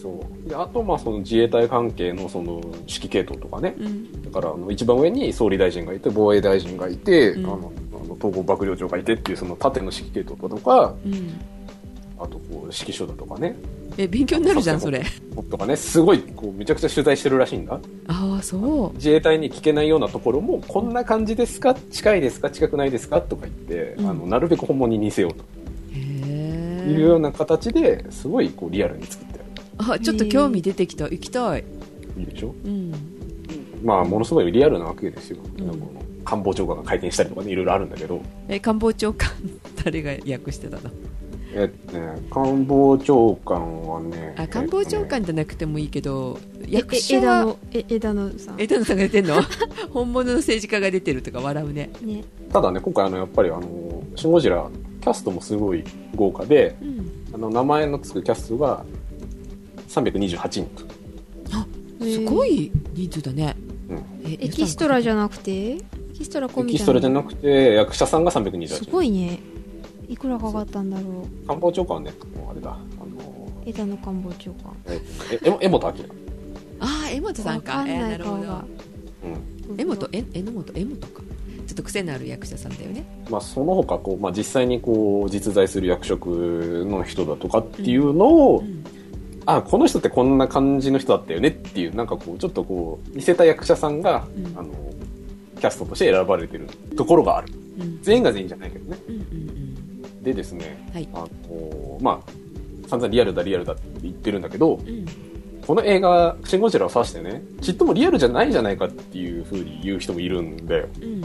Speaker 3: そうであとまあその自衛隊関係のその指揮系統とかね
Speaker 1: うん
Speaker 3: だからあの一番上に総理大臣がいて防衛大臣がいて、
Speaker 1: うん
Speaker 3: あのあの統合幕僚長がいてっていうその縦の指揮系統だとか
Speaker 1: うん
Speaker 3: あとこう指揮所だとかね
Speaker 1: え勉強になるじゃんそれ
Speaker 3: とかねすごいこうめちゃくちゃ取材してるらしいんだ
Speaker 1: ああそう
Speaker 3: 自衛隊に聞けないようなところもこんな感じですか近いですか近くないですかとか言って、
Speaker 1: うん
Speaker 3: あのなるべく本物に似せよう
Speaker 1: へ
Speaker 3: というよ
Speaker 1: え
Speaker 3: うな形ですごいこうリアルに作ってあ
Speaker 1: あちょっと興味出てきた行きたい
Speaker 3: るいいでしょ
Speaker 1: うん
Speaker 3: まあものすごいリアルなわけですよ、
Speaker 1: うん
Speaker 3: なんかこの官房長官が回転したりとかねいろいろあるんだけど
Speaker 1: え官房長官誰が訳してたの
Speaker 3: えっとね、官房長官はね。
Speaker 1: あ官房長
Speaker 3: えっ
Speaker 1: 官じゃなくてもいいけど
Speaker 2: え
Speaker 1: 役
Speaker 2: え
Speaker 1: 者
Speaker 2: 枝
Speaker 1: は
Speaker 2: 野え枝野さん、
Speaker 1: 枝野さんが出てんの 本物の政治家が出てるとか笑うね、
Speaker 2: ね、
Speaker 3: とねただね、今回あの、やっぱりあの、シン・ゴジラ、キャストもすごい豪華で、
Speaker 1: うん、
Speaker 3: あの、名前の付くキャストが328人と。
Speaker 1: すごい人数だね、え
Speaker 2: エキストラじ
Speaker 1: ゃ
Speaker 2: ゃなくてエキストラ込
Speaker 3: エ
Speaker 2: み
Speaker 3: キストラじゃなくて、役者さんが328人。
Speaker 2: すごいねいくらかかったんだろう
Speaker 3: 官房長官はね、もうあれだ、あの、
Speaker 2: 枝野官房長官
Speaker 3: えええも江本明。
Speaker 1: ああ江本さん
Speaker 2: わ
Speaker 1: か
Speaker 2: かん
Speaker 1: えー
Speaker 2: ない
Speaker 1: なるほ
Speaker 2: 顔
Speaker 1: ど
Speaker 2: が。
Speaker 3: うん。
Speaker 1: 江本え榎本江本かちょっと癖のある役者さんだよね
Speaker 3: まあ、その他、こう、まあ、実際にこう、実在する役職の人だとかっていうのを、
Speaker 1: うん
Speaker 3: あ、この人ってこんな感じの人だったよねっていう、なんかこう、ちょっとこう、似せた役者さんが、
Speaker 1: うん
Speaker 3: あの、キャストとして選ばれてるところがある。
Speaker 1: うん
Speaker 3: 全員が全員じゃないけどね。
Speaker 1: うんうん
Speaker 3: でですね、
Speaker 1: はい
Speaker 3: あの、まあ、散々リアルだリアルだって言ってるんだけど、
Speaker 1: うんうん
Speaker 3: この映画、シン・ゴジラを指してね、ちっともリアルじゃないじゃないかっていう風に言う人もいるんだよ。
Speaker 1: うん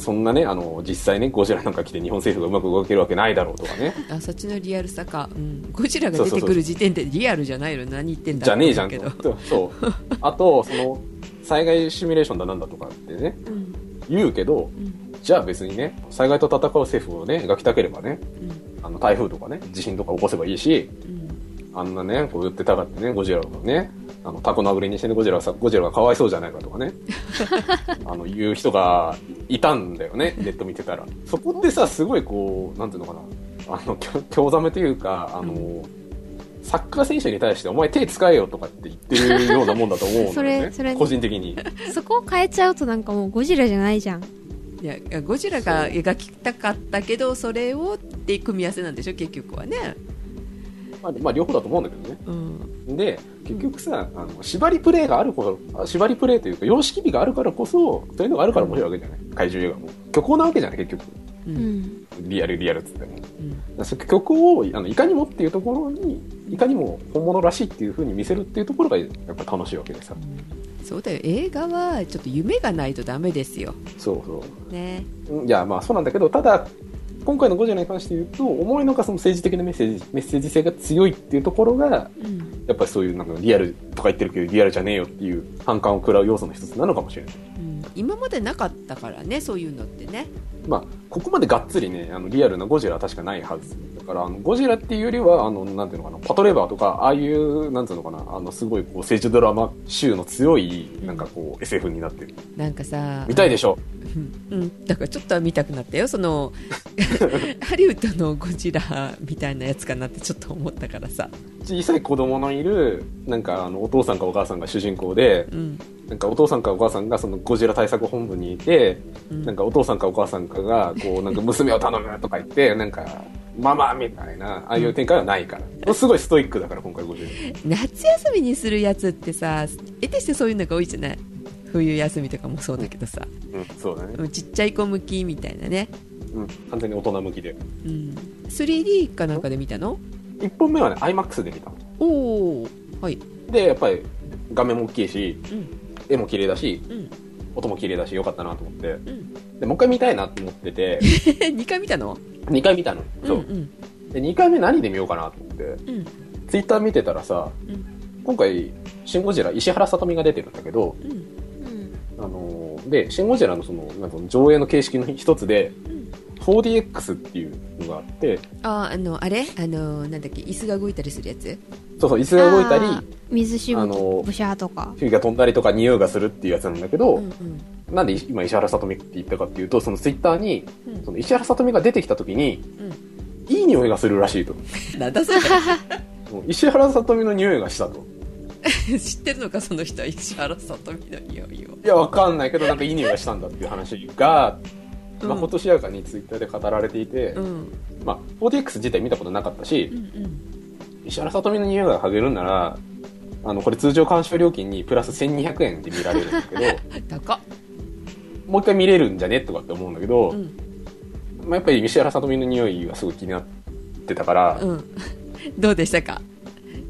Speaker 3: そんなね、あの、実際ね、ゴジラなんか来て日本政府がうまく動けるわけないだろうとかね、
Speaker 1: あそっちのリアルさか、うん、ゴジラが出てくる時点でリアルじゃないの何言ってんだ
Speaker 3: じゃねえじゃん
Speaker 1: け
Speaker 3: と
Speaker 1: ど、。
Speaker 3: そう。あと、その、災害シミュレーションだなんだとかってね、
Speaker 1: うん
Speaker 3: 言うけど、
Speaker 1: うん
Speaker 3: じゃあ別にね、災害と戦う政府をね、描きたければね、
Speaker 1: うん
Speaker 3: あの、台風とかね、地震とか起こせばいいし、
Speaker 1: うん
Speaker 3: あんなね、こう言ってたかってね、ゴジラをね、あの、タコのあぐりにしてね、ゴジラはさ、ゴジラがかわいそうじゃないかとかね、あの、言う人がいたんだよね、ネット見てたら。そこってさ、すごいこう、なんていうのかな、あの、きょ興ざめというか、あの、サッカー選手に対して、お前手使えよとかって言ってるようなもんだと思うんだよね
Speaker 2: それそれね
Speaker 3: 個人的に。
Speaker 2: そこを変えちゃうとなんかもうゴジラじゃないじゃん
Speaker 1: いやいやゴジラが描きたかったけどそれをって組み合わせなんでしょ結局はね、
Speaker 3: まあ、まあ、両方だと思うんだけどね。
Speaker 1: うん、
Speaker 3: で結局さ、あの縛りプレイがあることあ縛りプレイというか様式美があるからこそそういうのがあるから面白いわけじゃない怪獣映画も虚構なわけじゃない結局
Speaker 1: う
Speaker 2: うんん
Speaker 3: リアルリアルっつってもだか
Speaker 1: うん
Speaker 3: らその虚構をあのいかにもっていうところにいかにも本物らしいっていうふうに見せるっていうところがやっぱ楽しいわけでさ
Speaker 1: そうだよ映画はちょっと夢がないとダメですよ
Speaker 3: そうそ
Speaker 1: ね
Speaker 3: ううんいやまあそうなんだけどただ今回のゴジラに関して言うと思いのほかその政治的なメッセージメッセージ性が強いっていうところが
Speaker 1: うん
Speaker 3: やっぱりそういうなんかリアルとか言ってるけどリアルじゃねえよっていう反感を食らう要素の一つなのかもしれない
Speaker 1: うん今までなかったからねそういうのってね
Speaker 3: まあ、ここまでがっつりね、あの、リアルなゴジラは確かないはず。だから、あの、ゴジラっていうよりは、あの、なんていうのかな、パトレーバーとか、ああいう、なんていうのかな、あの、すごい、こう、政治ドラマ集の強い、なんかこう、SF になってる。
Speaker 1: なんかさ
Speaker 3: 見たいでしょ
Speaker 1: うんうん、だからちょっとは見たくなったよその ハリウッドのゴジラみたいなやつかなってちょっと思ったからさ、
Speaker 3: 小さい子供のいる、なんか、あの、お父さんかお母さんが主人公で、
Speaker 1: うん
Speaker 3: なんかお父さんかお母さんがそのゴジラ対策本部にいて、
Speaker 1: うん
Speaker 3: なんかお父さんかお母さんかが、こう、なんか娘を頼むとか言って、なんか、ママみたいな、ああいう展開はないから。すごいストイックだから、今回ゴジラ。
Speaker 1: 夏休みにするやつってさ得てしてそういうのが多いじゃない冬休みとかもそうだけどさ
Speaker 3: うん、そうだね。
Speaker 1: ちっちゃい子向きみたいなね、
Speaker 3: うん、完全に大人向きで。
Speaker 1: うん、3D かなんかで見たの
Speaker 3: 一本目はね iMAX で見たの
Speaker 1: おおはい
Speaker 3: でやっぱり画面も大きいし
Speaker 1: うん
Speaker 3: 絵も綺麗だし
Speaker 1: うん
Speaker 3: 音も綺麗だしよかったなと思って
Speaker 1: うん
Speaker 3: でもう一回見たいなと思ってて
Speaker 1: 2回見たの
Speaker 3: 2回見たのそう、
Speaker 1: うん
Speaker 3: で2回目何で見ようかなと思って
Speaker 1: うん
Speaker 3: Twitter 見てたらさ、
Speaker 1: うん
Speaker 3: 今回「シン・ゴジラ」石原さとみが出てるんだけど、
Speaker 1: うんうん
Speaker 2: うん
Speaker 3: あのーで「シン・ゴジラのその」なんかその上映の形式の一つで
Speaker 1: うん
Speaker 3: 4DX っていうのがあって
Speaker 1: ああのあれあのなんだっけ椅子が動いたりするやつ
Speaker 3: そうそう椅子が動いたり
Speaker 2: あー水しぶ
Speaker 3: あ
Speaker 2: き
Speaker 3: の
Speaker 2: ブシャーと か
Speaker 3: 火が飛んだりとか匂いがするっていうやつなんだけど、
Speaker 1: うんうん
Speaker 3: なんで今石原さとみって言ったかっていうとその Twitter に
Speaker 1: うん
Speaker 3: その石原さとみが出てきた時に、いい匂いがするらしいと。
Speaker 1: なんだそれ
Speaker 3: もう石原さとみの匂いがしたと。
Speaker 1: 知ってるのかその人は石原さとみの匂いを
Speaker 3: いや、わかんないけど、なんかいい匂いがしたんだっていう話が、
Speaker 1: うん
Speaker 3: まあ、ことしやかにツイッターで語られていて、
Speaker 1: うん
Speaker 3: まあ、4DX 自体見たことなかったし
Speaker 1: う、ん
Speaker 3: 石原さとみの匂いが嗅げるんなら、あの、これ通常鑑賞料金にプラス1200円で見られるんだ けど、
Speaker 1: うん高っ
Speaker 3: もう一回見れるんじゃねとかって思うんだけど、
Speaker 1: うん
Speaker 3: まあ、やっぱり石原さとみの匂いがすごい気になってたから、
Speaker 1: うん どうでしたか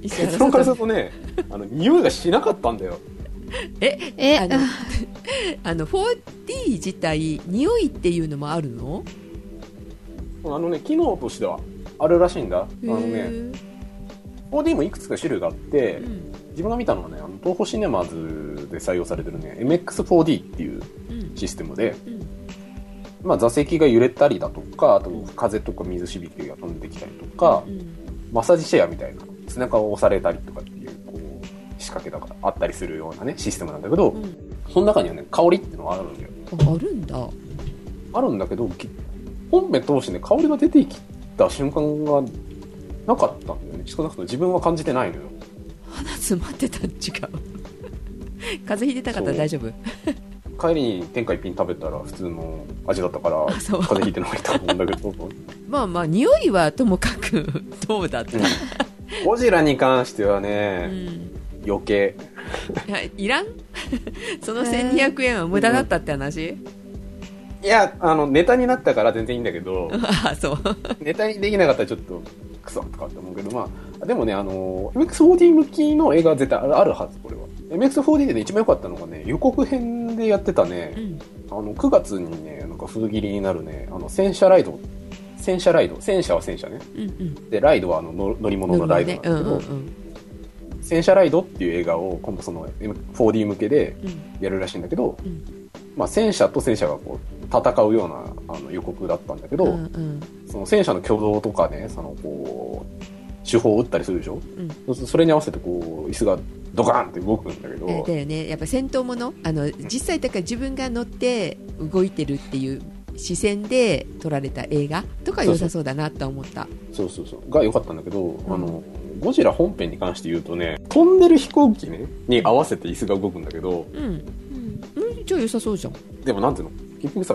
Speaker 1: 石原
Speaker 3: 結
Speaker 1: さ
Speaker 3: 論からす
Speaker 1: とみ
Speaker 3: るとね、あの、匂いがしなかったんだよ。
Speaker 1: え
Speaker 2: え
Speaker 1: あのあの 4D 自体匂いっていうのもあるの
Speaker 3: あのね、機能としてはあるらしいんだ。あ
Speaker 1: へ
Speaker 3: のね、
Speaker 1: ー
Speaker 3: 4D もいくつか種類があって、
Speaker 1: うん
Speaker 3: 自分が見たのはね、あの東宝シネマズで採用されてるね、MX4D っていう
Speaker 1: うん
Speaker 3: システムで、
Speaker 1: うん
Speaker 3: まあ座席が揺れたりだとか、あと風とか水しびきが飛んできたりとか
Speaker 1: う、ん
Speaker 3: マッサージシェアみたいな、背中を押されたりとかっていう、こう、仕掛けだからあったりするようなね、システムなんだけど
Speaker 1: う、ん
Speaker 3: その中にはね、香りっていうのがあるんだよ。
Speaker 1: ああるんだ う
Speaker 3: あるんだけど、き本編通してね、香りが出てきた瞬間がなかったんだよね。少なくとも自分は感じてないのよ。
Speaker 1: 鼻詰まってたん違う 風邪ひいてた方
Speaker 3: そう
Speaker 1: 大丈夫
Speaker 3: 帰りに天下一品食べたら普通の味だったか ら、
Speaker 1: あそう
Speaker 3: 風邪ひいてないと思うんだ けど、うん
Speaker 1: まあまあ匂いはともかく どうだって、
Speaker 3: ゴジラに関しては
Speaker 1: う
Speaker 3: ね、
Speaker 1: ん、
Speaker 3: 余計。
Speaker 1: いやいらん その1200円は無駄だったって話、
Speaker 3: いや、あの、ネタになったから全然いいんだけど、
Speaker 1: ああそう
Speaker 3: ネタにできなかったらちょっと、クソとかって思うけど、まあ、でもね、あの、MX4D 向きの映画は絶対あるはず、これは。MX4D でね、一番良かったのがね、予告編でやってたね、
Speaker 1: うん
Speaker 3: あの、9月にね、なんか封切りになるね、あの、戦車ライド。戦車ライド。戦車は戦車ね。
Speaker 1: うん
Speaker 3: で、ライドはあの乗乗り
Speaker 1: うん
Speaker 3: 物のライドな
Speaker 1: ね
Speaker 3: んだけ
Speaker 1: うん
Speaker 3: ど、
Speaker 1: うんうん
Speaker 3: 戦車ライドっていう映画を今度その 4D 向けで
Speaker 1: うん
Speaker 3: やるらしいんだけど、
Speaker 1: うん
Speaker 3: まあ戦車と戦車がこう戦うようなあの予告だったんだけど、
Speaker 1: うんうん
Speaker 3: その戦車の挙動とかね、そのこう、手法を打ったりするでしょ、そそれに合わせてこう、椅子がドカーンって動くんだけど、
Speaker 1: えだよねやっぱ戦闘ものあの実際だから自分が乗って動いてるっていう視線で撮られた映画とか良さそうだなとは思った
Speaker 3: そうそうそう、が良かったんだけど、
Speaker 1: ん
Speaker 3: あの、ゴジラ本編に関して言うとね、飛んでる飛行機ね、に合わせて椅子が動くんだけど、
Speaker 1: うん
Speaker 2: うん
Speaker 1: うんじゃあ良さそうじゃん
Speaker 3: でもなんていうの結局さ、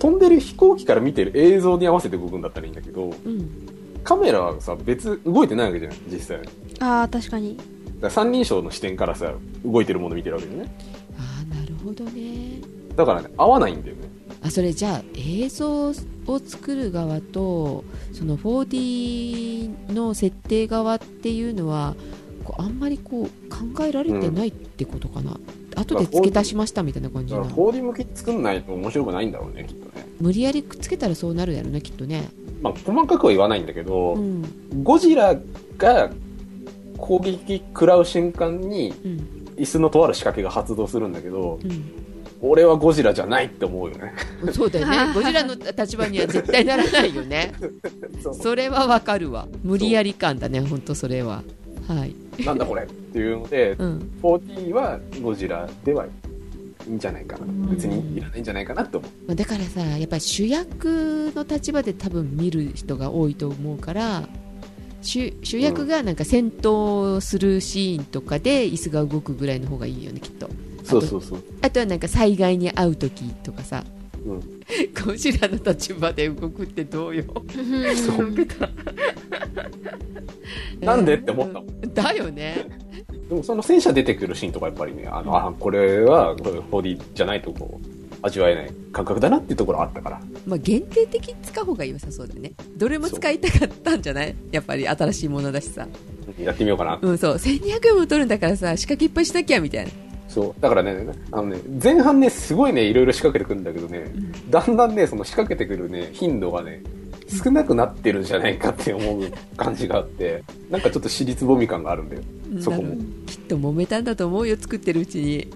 Speaker 3: 飛んでる飛行機から見てる映像に合わせて動くんだったらいいんだけど、
Speaker 1: うん
Speaker 3: カメラはさ、別、動いてないわけじゃない実際。だか
Speaker 2: ああ確かに
Speaker 3: ら三人称の視点からさ、動いてるもの見てるわけだよね。
Speaker 1: ああなるほどね
Speaker 3: だからね、合わないんだよね。
Speaker 1: あそれじゃあ映像を作る側とその 4D の設定側っていうのはこうあんまりこう考えられてないってことかな、後で付け足しましたみたいな感じ
Speaker 3: だ
Speaker 1: な
Speaker 3: から、
Speaker 1: の
Speaker 3: 法律向き作んないと面白くないんだろうね、きっとね。
Speaker 1: 無理やりくっつけたらそうなるやろねきっとね
Speaker 3: まあ、細かくは言わないんだけど、
Speaker 1: うん
Speaker 3: ゴジラが攻撃食らう瞬間に、
Speaker 1: うん
Speaker 3: 椅子のとある仕掛けが発動するんだけど、
Speaker 1: うん
Speaker 3: 俺はゴジラじゃないって思うよね。
Speaker 1: そうだよねゴジラの立場には絶対ならないよね
Speaker 3: そう
Speaker 1: それはわかるわ無理やり感だね本当それははい
Speaker 3: なんだこれっていうので、
Speaker 1: うん
Speaker 3: 4D はゴジラではいいんじゃないかな。別にいらないんじゃないかなって思う。
Speaker 1: まあだからさやっぱり主役の立場で多分見る人が多いと思うから主主役がなんか戦闘するシーンとかで椅子が動くぐらいの方がいいよねきっと
Speaker 3: そうそうそう。
Speaker 1: あとはなんか災害に遭う時とかさ
Speaker 3: うん、
Speaker 1: ゴジラの立場で動くってどうよ
Speaker 2: そう
Speaker 3: なんでって思ったも
Speaker 1: んだよね
Speaker 3: でもその戦車出てくるシーンとかやっぱりね、あの、あこれはこれ 4D じゃないとこう、味わえない感覚だなっていうところあったから。
Speaker 1: まあ限定的に使う方が良さそうだねどれも使いたかったんじゃないやっぱり新しいものだしさ
Speaker 3: やってみようかな。
Speaker 1: うんそう1200円も取るんだからさ仕掛けいっぱいしなきゃみたいな
Speaker 3: そう。だからね、あのね、前半ね、すごいね、いろいろ仕掛けてくるんだけどね、だんだんね、その仕掛けてくるね、頻度がね、少なくなってるんじゃないかって思う感じがあって、なんかちょっと尻つぼみ感があるんだよ。そこ
Speaker 1: な
Speaker 3: も
Speaker 1: る。きっと揉めたんだと思うよ作ってるうちに、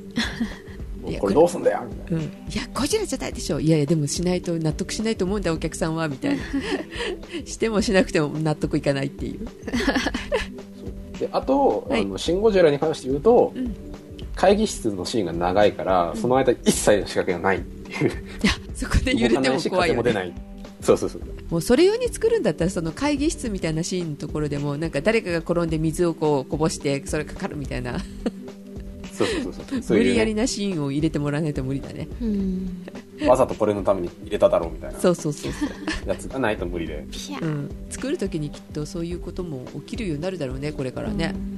Speaker 1: ほどいや
Speaker 3: これどうすんだよみたいな。
Speaker 1: うん、いやこじらじゃないでしょいやいやでもしないと納得しないと思うんだお客さんはみた いなしてもしなくても納得いかないっていう、
Speaker 3: そうであと、
Speaker 1: はい
Speaker 3: あの「シン・ゴジラ」に関して言うと、
Speaker 1: うん
Speaker 3: 会議室のシーンが長いから、その間一切の仕掛けがないっていう
Speaker 1: いやそこで揺れ
Speaker 3: 動か
Speaker 1: て
Speaker 3: な
Speaker 1: も
Speaker 3: いし
Speaker 1: 怖いよ
Speaker 3: 風も出
Speaker 1: ね
Speaker 3: ないそうそうそう
Speaker 1: もうそれ用に作るんだったらその会議室みたいなシーンのところでもなんか誰かが転んで水をこうこぼしてそれかかるみたいな
Speaker 3: そうそうそうそうそう
Speaker 1: 無理や
Speaker 3: い
Speaker 1: り
Speaker 3: う、
Speaker 1: なシーンを入れてもらわないと無理だね
Speaker 2: うん
Speaker 3: ね、わざとこれのために入れただろうみたいな
Speaker 1: そうそうそうそう、
Speaker 3: やつがないと無理で
Speaker 2: ピシャ
Speaker 1: うん、作る時にきっとそういうことも起きるようになるだろうねこれからね、
Speaker 2: うん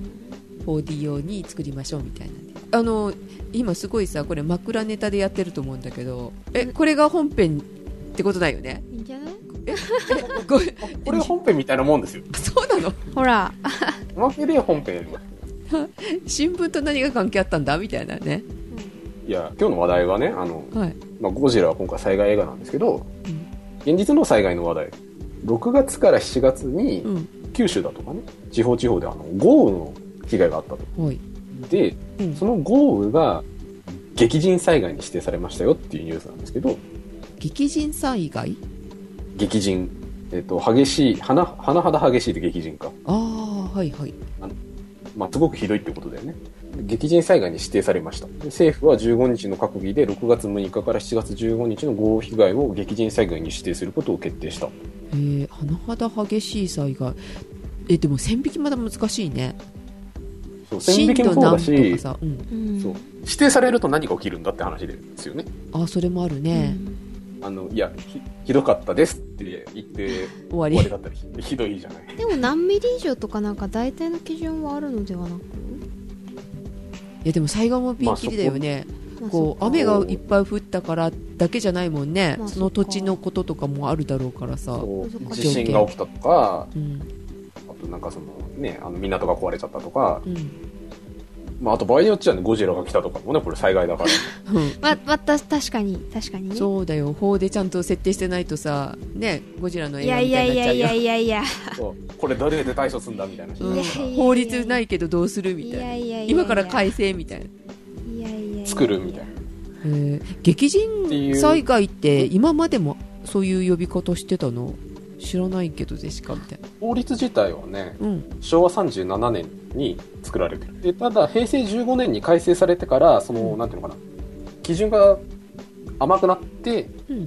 Speaker 1: 4D 用に作りましょうみたいなねあの今すごいさこれ枕ネタでやってると思うんだけどえこれが本編ってことだよね
Speaker 2: いいんじゃない
Speaker 1: ごめん
Speaker 3: これ本編みたいなもんですよ
Speaker 1: そうなの
Speaker 2: ほら
Speaker 3: おまけで本編やります
Speaker 1: 新聞と何が関係あったんだみたいなね
Speaker 3: いや今日の話題はねあの、
Speaker 1: はい
Speaker 3: まあ、ゴジラは今回災害映画なんですけど、
Speaker 1: うん
Speaker 3: 現実の災害の話題6月から7月に
Speaker 1: うん
Speaker 3: 九州だとかね地方地方であの豪雨の被害があったと
Speaker 1: はい
Speaker 3: で
Speaker 1: うん
Speaker 3: その豪雨が激甚災害に指定されましたよっていうニュースなんですけど
Speaker 1: 激甚災害
Speaker 3: 激甚、えっと激しい花花肌激しいで激甚か、
Speaker 1: ああはいはい
Speaker 3: まあ、すごくひどいってことだよね激甚災害に指定されましたで政府は15日の閣議で6月6日から7月15日の豪雨被害を激甚災害に指定することを決定した
Speaker 1: えー、甚だ激しい災害えでも線引きまだ難しいね
Speaker 3: そう線
Speaker 1: 震
Speaker 3: 引き
Speaker 1: 度
Speaker 3: もそう
Speaker 1: な
Speaker 3: だ
Speaker 1: んとか
Speaker 3: し
Speaker 1: さ、うん、
Speaker 2: うん
Speaker 3: そう指定されると何が起きるんだって話ですよね
Speaker 1: あそれもある
Speaker 2: う
Speaker 1: ね、
Speaker 2: ん
Speaker 3: あのいやひひどかったですって言って
Speaker 1: 終わ
Speaker 3: 終わり
Speaker 1: り
Speaker 3: だったらひひどいじゃない
Speaker 2: でも何ミリ以上とかなんか大体の基準はあるのではなく
Speaker 1: いやでも災害もピンキリだよね、
Speaker 2: まあそ
Speaker 1: こ
Speaker 2: っ
Speaker 1: う
Speaker 2: か
Speaker 1: 雨がいっぱい降ったからだけじゃないもんね、
Speaker 2: まあ
Speaker 1: その土地のこととかもあるだろうからさ
Speaker 3: そう
Speaker 2: そっか
Speaker 3: 地震が起きたとか
Speaker 1: うん
Speaker 3: あとなんかそのねあの港が壊れちゃったとか、
Speaker 1: うん
Speaker 3: まあ、あと場合によっちゃねゴジラが来たとかもねこれ災害だから
Speaker 1: う
Speaker 2: ままた確かに確かに
Speaker 1: ん
Speaker 2: ね
Speaker 1: そうだよ法でちゃんと設定してないとさねゴジラの映
Speaker 2: い
Speaker 1: 画
Speaker 2: や
Speaker 1: み
Speaker 2: い
Speaker 1: た
Speaker 2: や
Speaker 1: いに
Speaker 2: い
Speaker 1: なっちゃ
Speaker 2: や
Speaker 1: う
Speaker 2: い
Speaker 1: よ
Speaker 2: やいやいや
Speaker 3: そうこれ誰で対処すんだみたいな話になる
Speaker 2: い
Speaker 3: か
Speaker 2: やいや
Speaker 3: ら
Speaker 1: 法律ないけどどうするみたいない
Speaker 2: やいやいやいや
Speaker 1: 今から改正みたいな、
Speaker 2: いやいやいやいや
Speaker 3: 作るみたいな
Speaker 1: えー激甚災害って今までもそういう呼び方してたの知らないけどでしかみたいな
Speaker 3: 法律自体はね
Speaker 1: うん
Speaker 3: 昭和37年に作られてるでただ平成15年に改正されてからその、
Speaker 1: うん
Speaker 3: なんていうのかな基準が甘くなって
Speaker 1: うん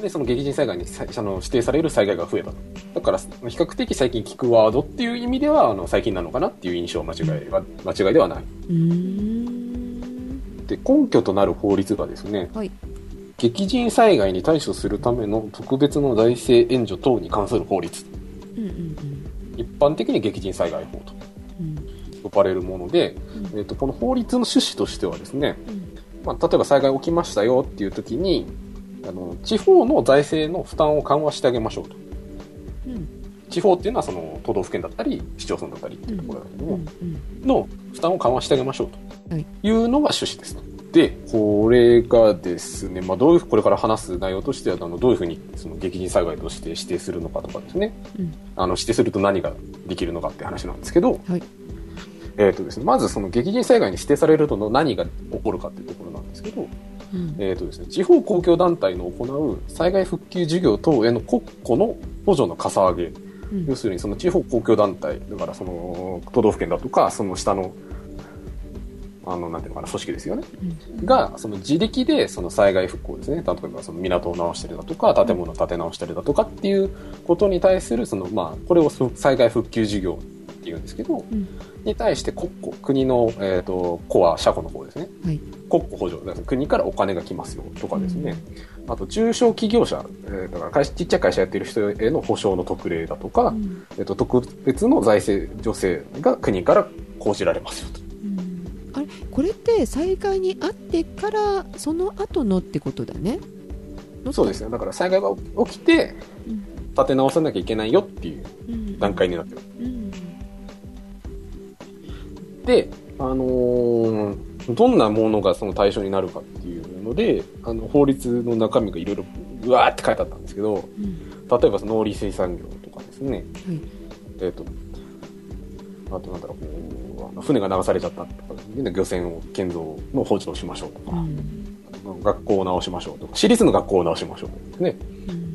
Speaker 3: でその激甚災害にさあの指定される災害が増えたとだから比較的最近聞くワードっていう意味ではあの最近なのかなっていう印象間違いは間違いではないう
Speaker 1: ーん
Speaker 3: で根拠となる法律がですね、
Speaker 1: はい
Speaker 3: 激甚災害に対処するための特別の財政援助等に関する法律
Speaker 1: うんうんうん
Speaker 3: 一般的に激甚災害法と
Speaker 1: うん
Speaker 3: 呼ばれるもので、
Speaker 1: うん
Speaker 3: えっとこの法律の趣旨としてはですね、
Speaker 1: うん
Speaker 3: まあ、例えば災害起きましたよっていう時にあの地方の財政の負担を緩和してあげましょうと
Speaker 1: うん
Speaker 3: 地方っていうのはその都道府県だったり市町村だったりっていうところだけども、
Speaker 1: うん
Speaker 3: の負担を緩和してあげましょうと
Speaker 1: はい
Speaker 3: いうのが趣旨ですね。で、これがですね、まあ、どういう、これから話す内容としては、あのどういうふうにその激甚災害として指定するのかとかですね、
Speaker 1: うん
Speaker 3: あの指定すると何ができるのかって話なんですけど、
Speaker 1: はい
Speaker 3: えーとですね、まずその激甚災害に指定されるとの何が起こるかっていうところなんですけど、
Speaker 1: うん
Speaker 3: えーとですね、地方公共団体の行う災害復旧事業等への国庫の補助のかさ上げ
Speaker 1: うん
Speaker 3: 要するにその地方公共団体だからその都道府県だとかその下のあのなんていうのかな組織ですよねがその自力でその災害復興ですね例えばその港を直したりだとか建物を建て直したりだとかっていうことに対するその、まあ、これをその災害復旧事業っていうんですけど、
Speaker 1: ん
Speaker 3: に対して国庫国の、えー、とコア車庫の方ですね、
Speaker 1: はい
Speaker 3: 国庫補助だから国からお金が来ますよとかですね、あと中小企業者、えーだから会社ちっちゃい会社やってる人への保証の特例だとか、
Speaker 1: うん
Speaker 3: えっと、特別の財政助成が国から講じられますよと。
Speaker 1: うんあれこれって災害にあってからその後のってことだね
Speaker 3: そうですね。だから災害が起きて
Speaker 1: うん、
Speaker 3: 立て直さなきゃいけないよっていう段階になってる。
Speaker 1: うん
Speaker 3: で、あのーどんなものがその対象になるかっていうので、あの、法律の中身がいろいろ、うわーって書いてあったんですけど、
Speaker 1: うん
Speaker 3: 例えばその農林水産業とかですね、
Speaker 1: はい
Speaker 3: えっ、と、あとなんだろう、こうあの船が流されちゃったとか、漁船を建造の補助をしましょうとか、学校を直しましょうとか、私立の学校を直しましょうとかね、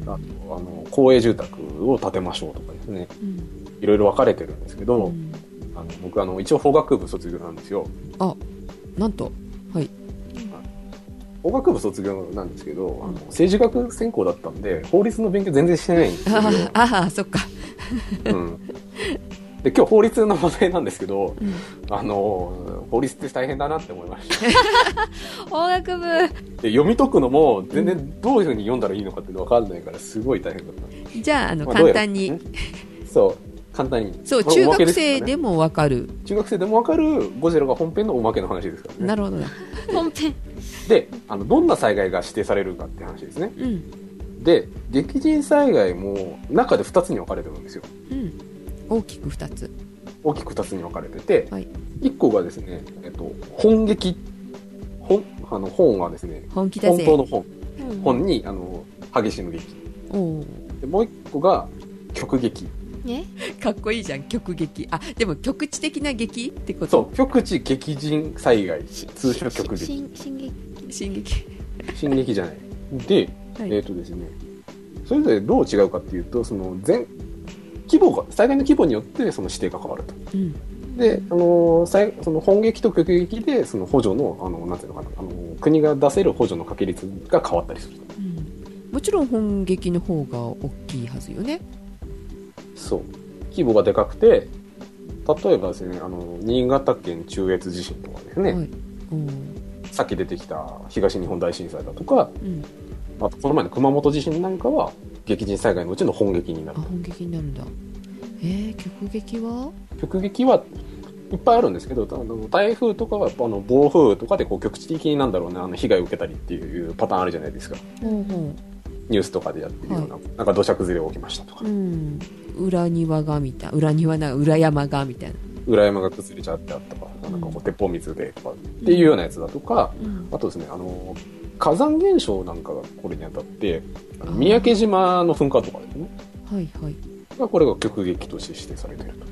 Speaker 3: あと、あの、公営住宅を建てましょうとかですね、
Speaker 1: うん
Speaker 3: いろいろ分かれてるんですけど、
Speaker 1: うん
Speaker 3: あの僕、あの、一応法学部卒業なんですよ。
Speaker 1: あなんとはい
Speaker 3: 法学部卒業なんですけど、あの政治学専攻だったんで、法律の勉強全然してないんです よ。
Speaker 1: あああそっか
Speaker 3: うん。で、今日法律の話題なんですけど、
Speaker 1: うん
Speaker 3: あの、法律って大変だなって思いました。
Speaker 2: 法学部
Speaker 3: で、読み解くのも全然どういうふうに読んだらいいのかって分かんないから、すごい大変だった。
Speaker 1: じゃああの
Speaker 3: まあど
Speaker 1: 簡
Speaker 3: うや
Speaker 1: 単に
Speaker 3: んそう簡単に
Speaker 1: そう
Speaker 3: まあ
Speaker 1: 中
Speaker 3: おまけ
Speaker 1: 学
Speaker 3: すから
Speaker 1: 生
Speaker 3: ね
Speaker 1: でもわかる
Speaker 3: 中学生でもわかるゴジラが本編のおまけの話ですか
Speaker 1: な
Speaker 3: らね
Speaker 1: るほどだ
Speaker 2: 本編
Speaker 3: であのどんな災害が指定されるかって話ですね
Speaker 1: うん
Speaker 3: で激甚災害も中で2つに分かれてるんですよ
Speaker 1: うん大きく2つ
Speaker 3: 大きく2つに分かれてて、
Speaker 1: はい
Speaker 3: 一1個がですね、えっと、本撃本あの本はですね
Speaker 1: 本気だ
Speaker 3: 本
Speaker 1: ぜ
Speaker 3: 当の本
Speaker 2: うん
Speaker 3: 本にあの激しいの劇
Speaker 1: おう
Speaker 3: でもう1個が曲劇
Speaker 2: え
Speaker 1: かっこいいじゃん局劇あでも局地的な劇ってこと
Speaker 3: そう局地激甚災害
Speaker 2: し
Speaker 3: 通称局
Speaker 2: し
Speaker 3: 劇
Speaker 2: し進撃
Speaker 1: 進撃
Speaker 3: 進撃じゃないで、
Speaker 1: はい
Speaker 3: えっ、とですねそれぞれどう違うかっていうとその全規模が災害の規模によってその指定が変わると
Speaker 1: うん
Speaker 3: で、あの災その本撃と極撃でその補助のあのなんていうのかな、あの国が出せる補助の掛け率が変わったりする
Speaker 1: うんもちろん本劇の方が大きいはずよね
Speaker 3: そう規模がでかくて例えばですねあの新潟県中越地震とかですね、
Speaker 1: はいうん
Speaker 3: さっき出てきた東日本大震災だとか
Speaker 1: うん
Speaker 3: あとこの前の熊本地震なんかは激甚災害のうちの本撃にな
Speaker 1: あ
Speaker 3: る
Speaker 1: 本劇になるんだえー、局劇は
Speaker 3: 極撃はいっぱいあるんですけどあの台風とかはあの暴風とかでこう局地的になんだろうなあの被害を受けたりっていうパターンあるじゃないですか
Speaker 1: ほうほ
Speaker 3: ニュースとかでやってるような,、なんか土砂崩れが起きましたとか、
Speaker 1: ううん裏庭がみたい裏庭な裏山がみたいな
Speaker 3: 裏山が崩れちゃってあったとかなんかこ
Speaker 1: うん
Speaker 3: う鉄砲水でとかっていうようなやつだとか、
Speaker 1: うん
Speaker 3: あとですねあの火山現象なんかがこれにあたってあの
Speaker 1: あー
Speaker 3: 三宅島の噴火とかですね
Speaker 1: はいはい
Speaker 3: がこれが極撃として指定されていると。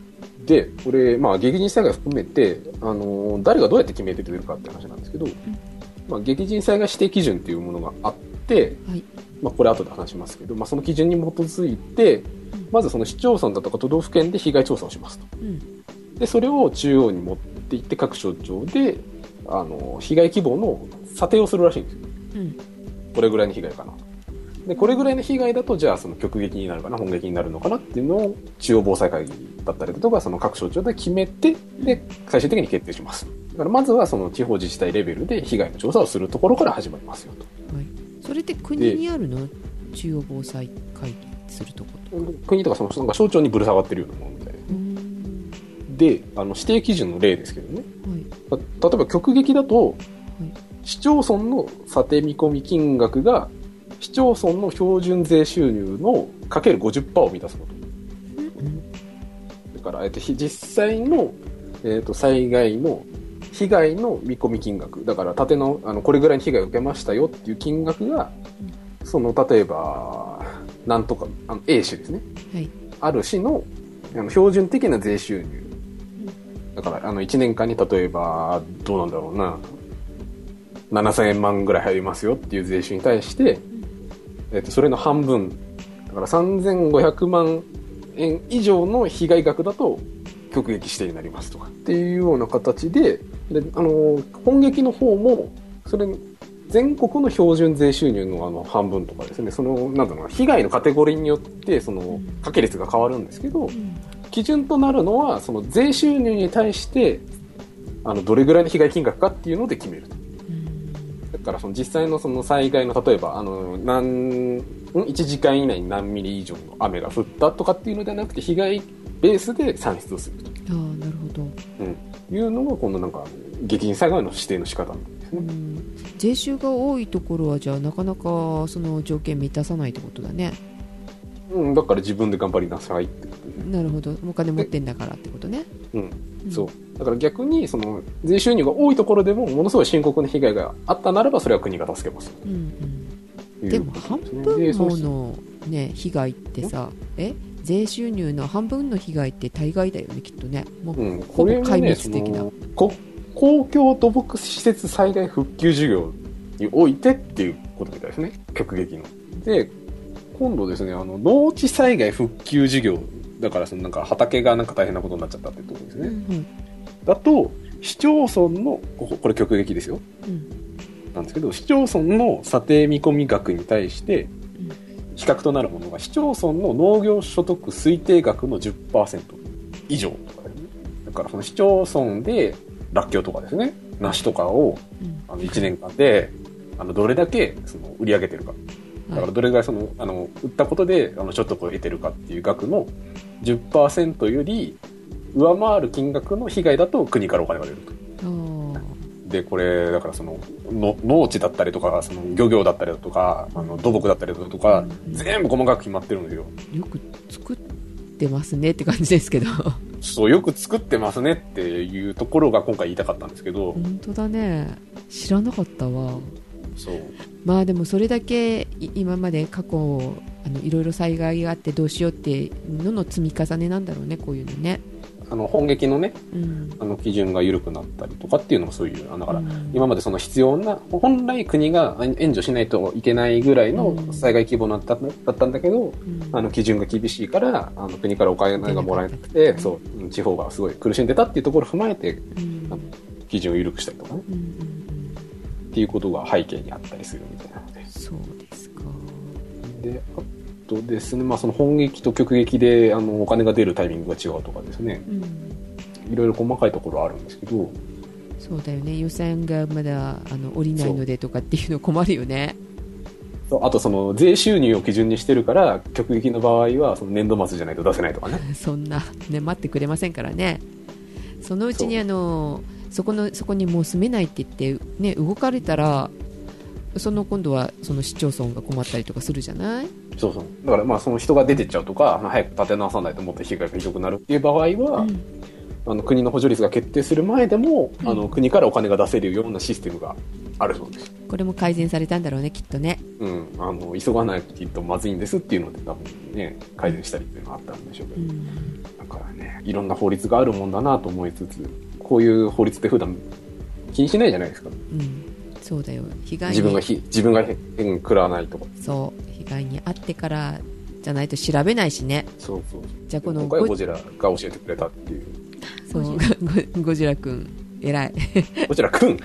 Speaker 3: で、これ、まあ、激甚災害含めて、あのー誰がどうやって決めてくれるかって話なんですけど、まあ、激甚災害指定基準っていうものがあって、
Speaker 1: はい
Speaker 3: まあ、これ後で話しますけど、まあ、その基準に基づいて、まずその市町村だとか都道府県で被害調査をしますと。
Speaker 1: うん
Speaker 3: で、それを中央に持っていって、各省庁で、あのー被害規模の査定をするらしいんですよ。
Speaker 1: うん
Speaker 3: これぐらいの被害かなでこれぐらいの被害だとじゃあその局撃になるかな本撃になるのかなっていうのを中央防災会議だったりだとかその各省庁で決めてで最終的に決定しますだからまずはその地方自治体レベルで被害の調査をするところから始まりますよと
Speaker 1: はいそれって国にあるの中央防災会議するとこと
Speaker 3: 国とかそのなんか省庁にぶら下がってるようなものみたいな
Speaker 1: うん
Speaker 3: であの指定基準の例ですけどね
Speaker 1: はい
Speaker 3: た例えば局撃だと
Speaker 1: い
Speaker 3: 市町村の査定見込み金額が市町村の標準税収入のかける50%を満たすこと
Speaker 1: うん
Speaker 3: だから、えっと、ひ実際の、えっと、災害の被害の見込み金額だから建てのあのこれぐらいの被害を受けましたよっていう金額がその例えばなんとかあの A 市ですね
Speaker 1: はい
Speaker 3: ある市のあの標準的な税収入だからあの1年間に例えばどうなんだろうな7000万ぐらい入りますよっていう税収に対して、えっとそれの半分だから3500万円以上の被害額だと極撃指定になりますとかっていうような形でであの本撃の方もそれ全国の標準税収入のあの半分とかですねそのなんだろうな被害のカテゴリーによってその掛け率が変わるんですけど、
Speaker 1: うん
Speaker 3: 基準となるのはその税収入に対してあのどれぐらいの被害金額かっていうので決めると
Speaker 1: うん
Speaker 3: だからその実際のその災害の例えばあの何ん1時間以内に何ミリ以上の雨が降ったとかっていうのではなくて被害ベースで算出をすると、
Speaker 1: ああなるほど
Speaker 3: うん、いうのがこのなんか激甚災害の指定の仕方なんです
Speaker 1: う
Speaker 3: ね
Speaker 1: ん税収が多いところはじゃあなかなかその条件満たさないってことだね
Speaker 3: うん、だから自分で頑張りなさいってことです
Speaker 1: なるほどお金持ってんだからってことね
Speaker 3: うん
Speaker 1: ん
Speaker 3: そうだから逆にその税収入が多いところでもものすごい深刻な被害があったならばそれは国が助けます
Speaker 1: うんうん
Speaker 3: という
Speaker 1: でも
Speaker 3: こと
Speaker 1: 半
Speaker 3: ですね
Speaker 1: 分
Speaker 3: でそう
Speaker 1: ものね被害ってさえ税収入の半分の被害って大概だよねきっとねもう
Speaker 3: うん、
Speaker 1: ほ
Speaker 3: こ
Speaker 1: ぼ
Speaker 3: れは
Speaker 1: 壊滅
Speaker 3: ねそ
Speaker 1: 的な
Speaker 3: のこ公共土木施設災害復旧事業においてっていうことみたいですね極撃の。で今度ですねあの農地災害復旧事業だからそのなんか畑がなんか大変なことになっちゃったってところですね、
Speaker 1: うん
Speaker 3: だと市町村のこここれ極撃ですよ
Speaker 1: うん
Speaker 3: なんですけど市町村の査定見込み額に対して
Speaker 1: うん
Speaker 3: 比較となるものが市町村の農業所得推定額の10%以上とかですねだからその市町村でらっきょうとかですね梨とかを
Speaker 1: うん
Speaker 3: あの1年間であのどれだけその売り上げてるかだからどれぐらいそのあの売ったことであの所得を得てるかっていう額の10%より上回る金額の被害だと国からお金が出ると。
Speaker 1: あ
Speaker 3: でこれだからそのの農地だったりとかその漁業だったりだとかあの土木だったりだとか
Speaker 1: うん
Speaker 3: 全部細かく決まってるんですよ
Speaker 1: あよく作ってますねって感じですけ ど
Speaker 3: そうよく作ってますねっていうところが今回言いたかったんですけど、
Speaker 1: 本当だね知らなかったわ
Speaker 3: そう
Speaker 1: まあでもそれだけい今まで過去あのいろいろ災害があってどうしようっていうのの積み重ねなんだろうねこういうのね。
Speaker 3: あの本撃のね
Speaker 1: うん、
Speaker 3: あの基準が緩くなったりとかっていうのもそういうあのだから、
Speaker 1: うん
Speaker 3: 今までその必要な本来国が援助しないといけないぐらいの
Speaker 1: うん
Speaker 3: 災害規模だっただったんだけど、
Speaker 1: うん
Speaker 3: あの基準が厳しいからあの国からお金がもらえなく
Speaker 1: 出な
Speaker 3: て
Speaker 1: かった
Speaker 3: そううん地方がすごい苦しんでたっていうところを踏まえて
Speaker 1: うん
Speaker 3: あの基準を緩くしたりとかね
Speaker 1: うんうんうん
Speaker 3: っていうことが背景にあったりするみたいなので
Speaker 1: そうですか。
Speaker 3: であとですね、まあ、その本撃と極撃であのお金が出るタイミングが違うとかですね
Speaker 1: うん、
Speaker 3: いろいろ細かいところはあるんですけど
Speaker 1: そうだよね予算がまだあの降りないのでとかっていうの困るよね。
Speaker 3: そうあとその税収入を基準にしてるから極撃の場合はその年度末じゃないと出せないとかね
Speaker 1: そんな、ね、待ってくれませんからね、そのうちに
Speaker 3: そう
Speaker 1: あのそこのそこにもう住めないって言って、ね、動かれたら、その今度はその市町村が困ったりとかするじゃない、
Speaker 3: そうそうだからまあその人が出てっちゃうとか、まあ、早く立て直さないともっと被害がひどくなるっていう場合は、
Speaker 1: うん
Speaker 3: あの国の補助率が決定する前でも、
Speaker 1: うん
Speaker 3: あの国からお金が出せるようなシステムがあるそうです、
Speaker 1: これも改善されたんだろうね、きっとね。
Speaker 3: うん、あの急がないとまずいんですっていうので多分ね改善したりっていうのがあったんでしょうけ
Speaker 1: う
Speaker 3: ど、
Speaker 1: ん
Speaker 3: だからねいろんな法律があるもんだなと思いつつこういう法律って普段気にしないじゃないですか
Speaker 1: うんそうだよ被害
Speaker 3: 自分が
Speaker 1: に
Speaker 3: ひ自分がへうん食らわないとか
Speaker 1: そう被害に遭ってからじゃないと調べないしね、
Speaker 3: そうそう
Speaker 1: じゃあこの
Speaker 3: 今回は
Speaker 1: ゴ
Speaker 3: ゴジラが教えてくれたっていう
Speaker 1: そう ゴゴゴジラ君、偉い、
Speaker 3: ゴジラくん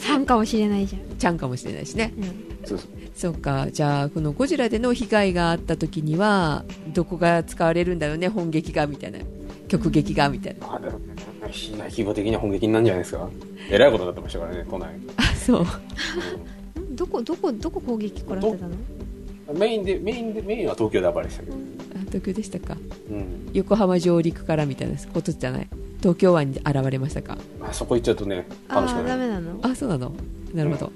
Speaker 2: 3かもしれないじゃん、
Speaker 1: ちゃんかもしれないしね。
Speaker 2: うん、
Speaker 3: そうそう
Speaker 1: そうかじゃあこのゴジラでの被害があった時にはどこが使われるんだよね本撃がみたいな極撃がみたいな
Speaker 3: まあでもね被害規模的には本撃になるんじゃないですかえらいことになってましたからね都内、
Speaker 1: あそう
Speaker 3: うん
Speaker 2: どこどこどこ攻撃食らってたの
Speaker 3: メインでメインでメインは東京で暴れてたけど、
Speaker 1: あ東京でしたか
Speaker 3: うん
Speaker 1: 横浜上陸からみたいなことじゃない東京湾に現れましたか
Speaker 3: あそこ行っちゃうとね
Speaker 2: ああ
Speaker 3: 楽しく
Speaker 2: ー
Speaker 3: な
Speaker 2: ダ
Speaker 3: い
Speaker 2: メなの
Speaker 1: あそうなのなるほど、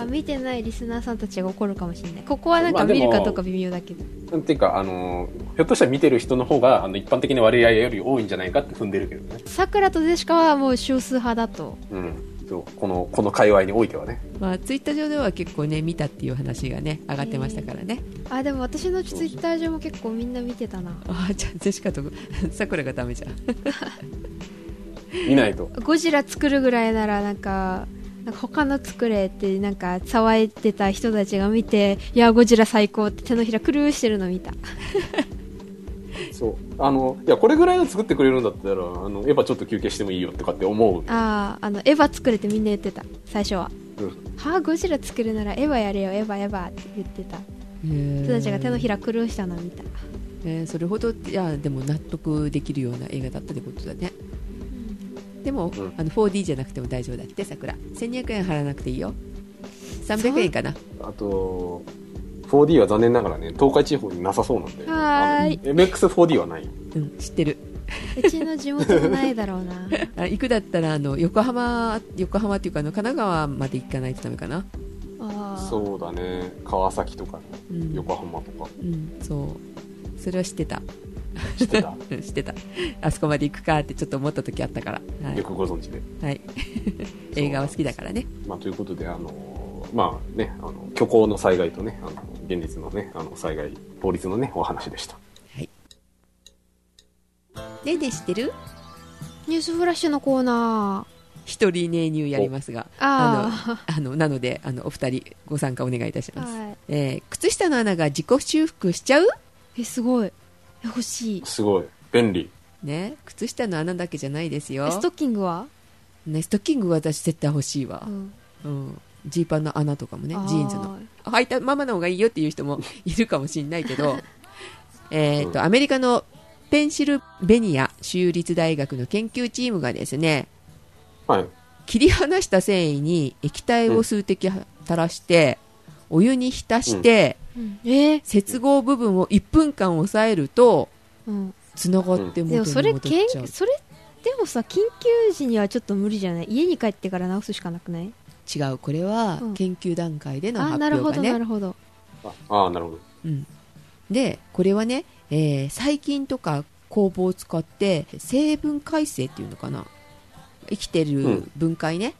Speaker 2: あ見てないリスナーさんたちが怒るかもしれないここはなんか見るかどうか微妙だけど、
Speaker 3: なんていうかあのひょっとしたら見てる人の方があの一般的な割合より多いんじゃないかって踏んでるけどね
Speaker 2: さくらとゼシカはもう少数派だと
Speaker 3: うんそうこのこの界隈においてはね
Speaker 1: まあ、ツイッター上では結構ね見たっていう話がね上がってましたからね、
Speaker 2: あでも私のツイッター上も結構みんな見てたな
Speaker 1: あじゃあジェシカと さくらがダメじゃん
Speaker 3: 見ないと
Speaker 2: ゴジラ作るぐらいならなんかなんか他の作れってなんか騒いでた人たちが見ていやゴジラ最高って手のひらくるーしてるの見た
Speaker 3: そうあのいやこれぐらいの作ってくれるんだったらあのエヴァちょっと休憩してもいいよとかって思う
Speaker 2: あああのエヴァ作れってみんな言ってた最初は
Speaker 3: うん
Speaker 2: はあゴジラ作るならエヴァやれよエヴァエヴァって言ってた人
Speaker 1: 人
Speaker 2: たちが手のひらくるーしたの見た
Speaker 1: えーそれほどいやでも納得できるような映画だったってことだね、でも、
Speaker 3: うん
Speaker 1: あの 4D じゃなくても大丈夫だって桜1200円払わなくていいよ300円かな
Speaker 3: あと 4D は残念ながらね東海地方になさそうなんで
Speaker 2: はーい
Speaker 3: あの MX4D はない
Speaker 1: うん知ってる
Speaker 2: うちの地元もないだろうな
Speaker 1: あ行くだったらあの横浜横浜っていうかあの神奈川まで行かないとダメかな、
Speaker 2: ああ
Speaker 3: そうだね川崎とかね
Speaker 1: うん、
Speaker 3: 横浜とか
Speaker 1: うんそうそれは知ってた
Speaker 3: し てた
Speaker 1: うん 知ってたあそこまで行くかってちょっと思った時あったからは
Speaker 3: よくご存知で
Speaker 1: い、はい、映画は好きだからね
Speaker 3: まあ、ということで、あのまあね、あの虚構の災害とね、あの現実のね、あの災害、法律のね、お話でした。
Speaker 1: ねえねえ知ってる
Speaker 2: ニュースフラッシュのコーナ
Speaker 1: 一人ね入やりますが
Speaker 2: ーあ
Speaker 1: あのなのであのお二人ご参加お願いいたし
Speaker 2: あ
Speaker 1: ます、
Speaker 2: は
Speaker 1: えー靴下の穴が自己修復しちゃう
Speaker 2: いえすごいえ欲しい
Speaker 3: すごい、便利。
Speaker 1: ね靴下の穴だけじゃないですよ
Speaker 2: えストッキングは、
Speaker 1: ね、ストッキング私絶対欲しいわ
Speaker 2: うん
Speaker 1: うんジー、パンの穴とかもね
Speaker 2: あ
Speaker 1: ジーンズの
Speaker 2: ー
Speaker 1: 履いたままの方がいいよっていう人 もいるかもしれないけど えーと
Speaker 3: うん
Speaker 1: アメリカのペンシルベニア州立大学の研究チームがですね
Speaker 3: はい。
Speaker 1: 切り離した繊維に液体を数滴は垂らして、お湯に浸して、
Speaker 2: うんえー
Speaker 1: 接合部分を1分間押さえると
Speaker 2: うん、
Speaker 1: つながって元に
Speaker 2: でもそれ
Speaker 1: 戻っ
Speaker 2: け
Speaker 1: ちゃう、
Speaker 2: んそれでもさ緊急時にはちょっと無理じゃない家に帰ってから直すしかなくない
Speaker 1: 違うこれは
Speaker 2: うん
Speaker 1: 研究段階での
Speaker 2: あ
Speaker 1: 発
Speaker 2: なるほ
Speaker 1: 表
Speaker 2: ど
Speaker 1: が
Speaker 2: な
Speaker 1: ね、
Speaker 2: るほど
Speaker 3: ああー、なるほど。
Speaker 1: うん、でこれはね、えー細菌とか酵母を使って成分改正っていうのかな生きて
Speaker 3: う
Speaker 1: る
Speaker 3: ん
Speaker 1: 分解ね、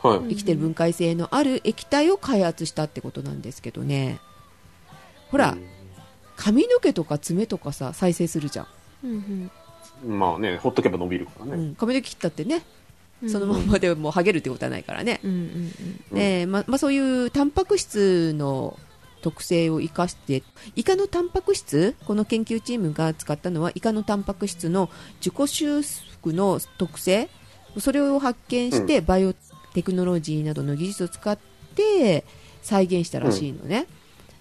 Speaker 3: はい。
Speaker 2: うん
Speaker 1: 生きてる分解性のある液体を開発したってことなんですけどねほら髪の毛とか爪とかさ再生するじゃん、
Speaker 2: うん
Speaker 3: まあね、ほっとけば伸びるから
Speaker 1: う
Speaker 3: ね。
Speaker 1: ん、髪の毛切ったってね
Speaker 2: うん
Speaker 1: そのままでもうハゲるってことはないからね、
Speaker 2: うんうん
Speaker 3: うん
Speaker 1: でままあ、そういうタンパク質の特性を生かしてイカのタンパク質この研究チームが使ったのはイカのタンパク質の自己修復の特性それを発見して、バイオテクノロジーなどの技術を使って再現したらしいのね、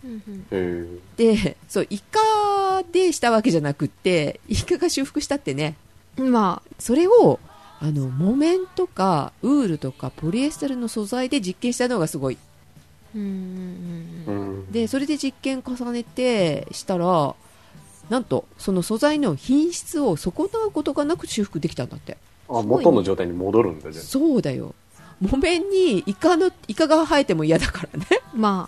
Speaker 2: うんうん
Speaker 3: へー
Speaker 1: でそうイカでしたわけじゃなくってイカが修復したってね
Speaker 2: うんまあ
Speaker 1: それをあの木綿とかウールとかポリエステルの素材で実験したのがすごい
Speaker 2: うんうん
Speaker 3: う
Speaker 2: うん
Speaker 3: ん。
Speaker 1: でそれで実験重ねてしたらなんとその素材の品質を損なうことがなく修復できたんだって
Speaker 3: あ、元の状態に戻るんだ、じゃ
Speaker 1: そうだよ木綿にイカのイカが生えても嫌だから ね
Speaker 2: ま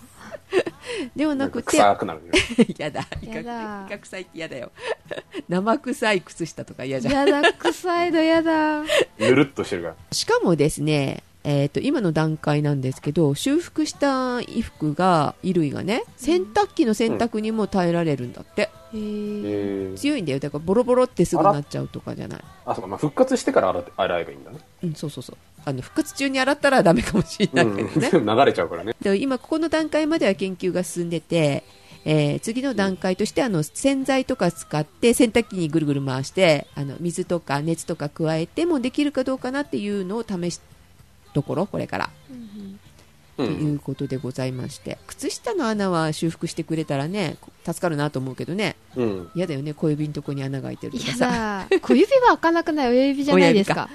Speaker 1: では
Speaker 3: あ。
Speaker 1: な
Speaker 3: なん
Speaker 1: く
Speaker 3: か
Speaker 1: て
Speaker 3: 臭くなるね。
Speaker 1: 嫌だイカ
Speaker 2: 嫌だ
Speaker 1: イカ臭いって嫌だよ 生臭い靴下とか嫌
Speaker 2: あ
Speaker 1: じゃん
Speaker 2: やだ臭いの やだ
Speaker 3: ぬるっとしてるから。
Speaker 1: しかもですね、えー、と今の段階なんですけど修復した衣服が衣類がね洗濯機の洗濯にも耐えられるんだって、
Speaker 2: へえ
Speaker 3: へー
Speaker 1: 強いんだよだからボロボロってすぐなっちゃうとかじゃない
Speaker 3: あ、そうか、まあ、復活してから洗って洗えばいいんだね。
Speaker 1: うん、そうそうそうあの復活中に洗ったらダメかもしれ
Speaker 3: う
Speaker 1: ない
Speaker 3: ん。
Speaker 1: けどね、
Speaker 3: 流れちゃうからね。
Speaker 1: で今ここの段階までは研究が進んでて、えー次の段階としてあの洗剤とか使って洗濯機にぐるぐる回してあの水とか熱とか加えてもできるかどうかなっていうのを試しところこれから
Speaker 3: う
Speaker 1: とい
Speaker 3: ん。
Speaker 1: うことでございまして、靴下の穴は修復してくれたらね助かるなと思うけどね
Speaker 3: うん。
Speaker 1: 嫌だよね小指のとこに穴が開いてるとか
Speaker 2: や
Speaker 1: さ
Speaker 2: だ小指は開かなくない親指じゃないですか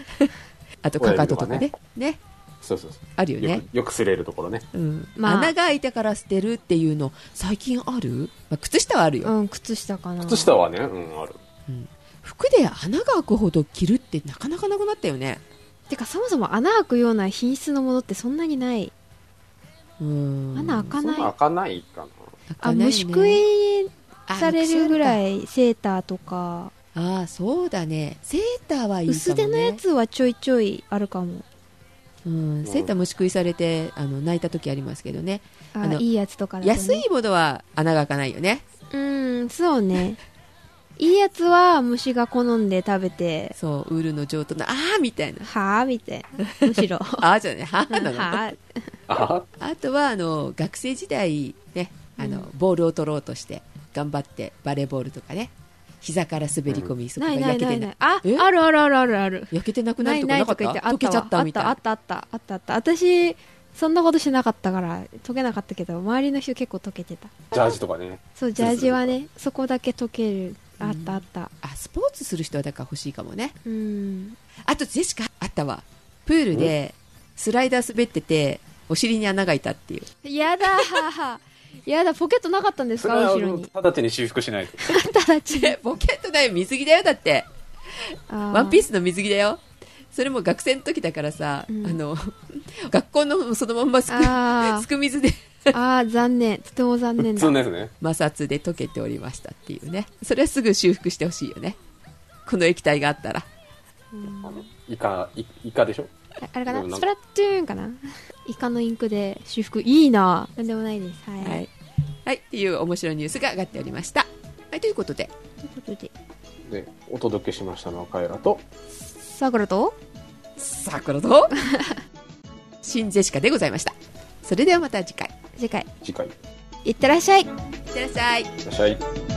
Speaker 1: あとかかととかねね
Speaker 3: そうそうそ
Speaker 1: あるよ
Speaker 3: う。よ
Speaker 1: ね
Speaker 3: く、よく擦れるところね。
Speaker 1: うん
Speaker 2: まあ
Speaker 1: 穴が開いたから捨てるっていうの最近ある、まあ、靴下はあるよ、
Speaker 2: うん靴下かな
Speaker 3: 靴下はね、うん、ある。
Speaker 1: うん服で穴が開くほど着るってなかなかなくなったよね
Speaker 2: てかそもそも穴開くような品質のものってそんなにない
Speaker 1: うん
Speaker 2: 穴開かない
Speaker 3: そんな開かないかな。
Speaker 1: 開
Speaker 2: あ
Speaker 1: かないよね
Speaker 2: 虫食いされるぐ
Speaker 1: い
Speaker 2: らいセーターとか
Speaker 1: ああそうだねセーターはいいかも、ね、
Speaker 2: 薄手のやつはちょいちょいあるかも
Speaker 1: うん、セーター虫食いされてあの泣いた時ありますけどねあ
Speaker 2: あ
Speaker 1: の
Speaker 2: いいやつとかだとね
Speaker 1: 安いものは穴が開かないよね
Speaker 2: うんそうねいいやつは虫が好んで食べて
Speaker 1: そうウールの上等なああみたいな
Speaker 2: はあみたい なむしろ
Speaker 1: ああじゃないはあ
Speaker 2: うん
Speaker 1: なの
Speaker 2: は
Speaker 3: あ
Speaker 1: あとはあの学生時代ねあの、
Speaker 2: うん
Speaker 1: ボールを取ろうとして頑張ってバレーボールとかね膝から滑り込み、
Speaker 2: あ
Speaker 1: そこ
Speaker 2: な
Speaker 1: が
Speaker 2: いない
Speaker 1: 焼け
Speaker 2: な
Speaker 1: て
Speaker 2: い
Speaker 1: な
Speaker 2: ないいあ
Speaker 1: え
Speaker 2: あるあるあるあるある
Speaker 1: 焼けてなくな
Speaker 2: な
Speaker 1: る
Speaker 2: い
Speaker 1: とか
Speaker 2: ない
Speaker 1: なか
Speaker 2: と
Speaker 1: っ
Speaker 2: か言って
Speaker 1: た
Speaker 2: あ
Speaker 1: 溶
Speaker 2: っ
Speaker 1: けち
Speaker 2: た
Speaker 1: ゃ
Speaker 2: わ
Speaker 1: ったみたい
Speaker 2: あ
Speaker 1: な
Speaker 2: ったあったあったあった私そんなことしなかったから溶けなかったけど周りの人結構溶けてた
Speaker 3: ジャージとかね。
Speaker 2: そうジャージはねそこだけ溶けるあったあった
Speaker 1: あスポーツする人はだから欲しいかもね
Speaker 2: うん
Speaker 1: あとジェシカあったわプールでスライダー滑っててお尻に穴が開いたっていう
Speaker 2: やだ やだポケットなかったんです
Speaker 3: そ
Speaker 2: か
Speaker 3: れは
Speaker 2: 後
Speaker 3: あ
Speaker 2: ろ
Speaker 3: の
Speaker 2: に
Speaker 3: 直ちに修復しないと。
Speaker 2: ただち
Speaker 1: えポケットだよ水着だよだってワンピースの水着だよそれも学生の時だからさ、
Speaker 2: うん
Speaker 1: あの 学校のそのまんますく
Speaker 2: あ ー
Speaker 1: すく水で
Speaker 2: あー残念とても残念だ
Speaker 3: 普通のやつね。
Speaker 1: 摩擦で溶けておりましたっていうねそれはすぐ修復してほしいよねこの液体があったら
Speaker 3: あの、イカ、イイカでしょ
Speaker 2: ああれか
Speaker 3: でも
Speaker 2: な
Speaker 3: なん
Speaker 2: スプ
Speaker 3: か
Speaker 2: ラトゥーンかなイカのインクで修復いいななんでもないですはい、
Speaker 1: はい、はい、っていう面白いニュースが上がっておりましたはいということで
Speaker 2: ということで
Speaker 3: で、お届けしましたのはカエラと、
Speaker 2: さくらと
Speaker 1: 桜 とシンジェシカでございましたそれではまた次回
Speaker 2: 次回
Speaker 3: 次回、い
Speaker 2: いってらっしゃい
Speaker 1: いってらっしゃい
Speaker 3: らっしゃい。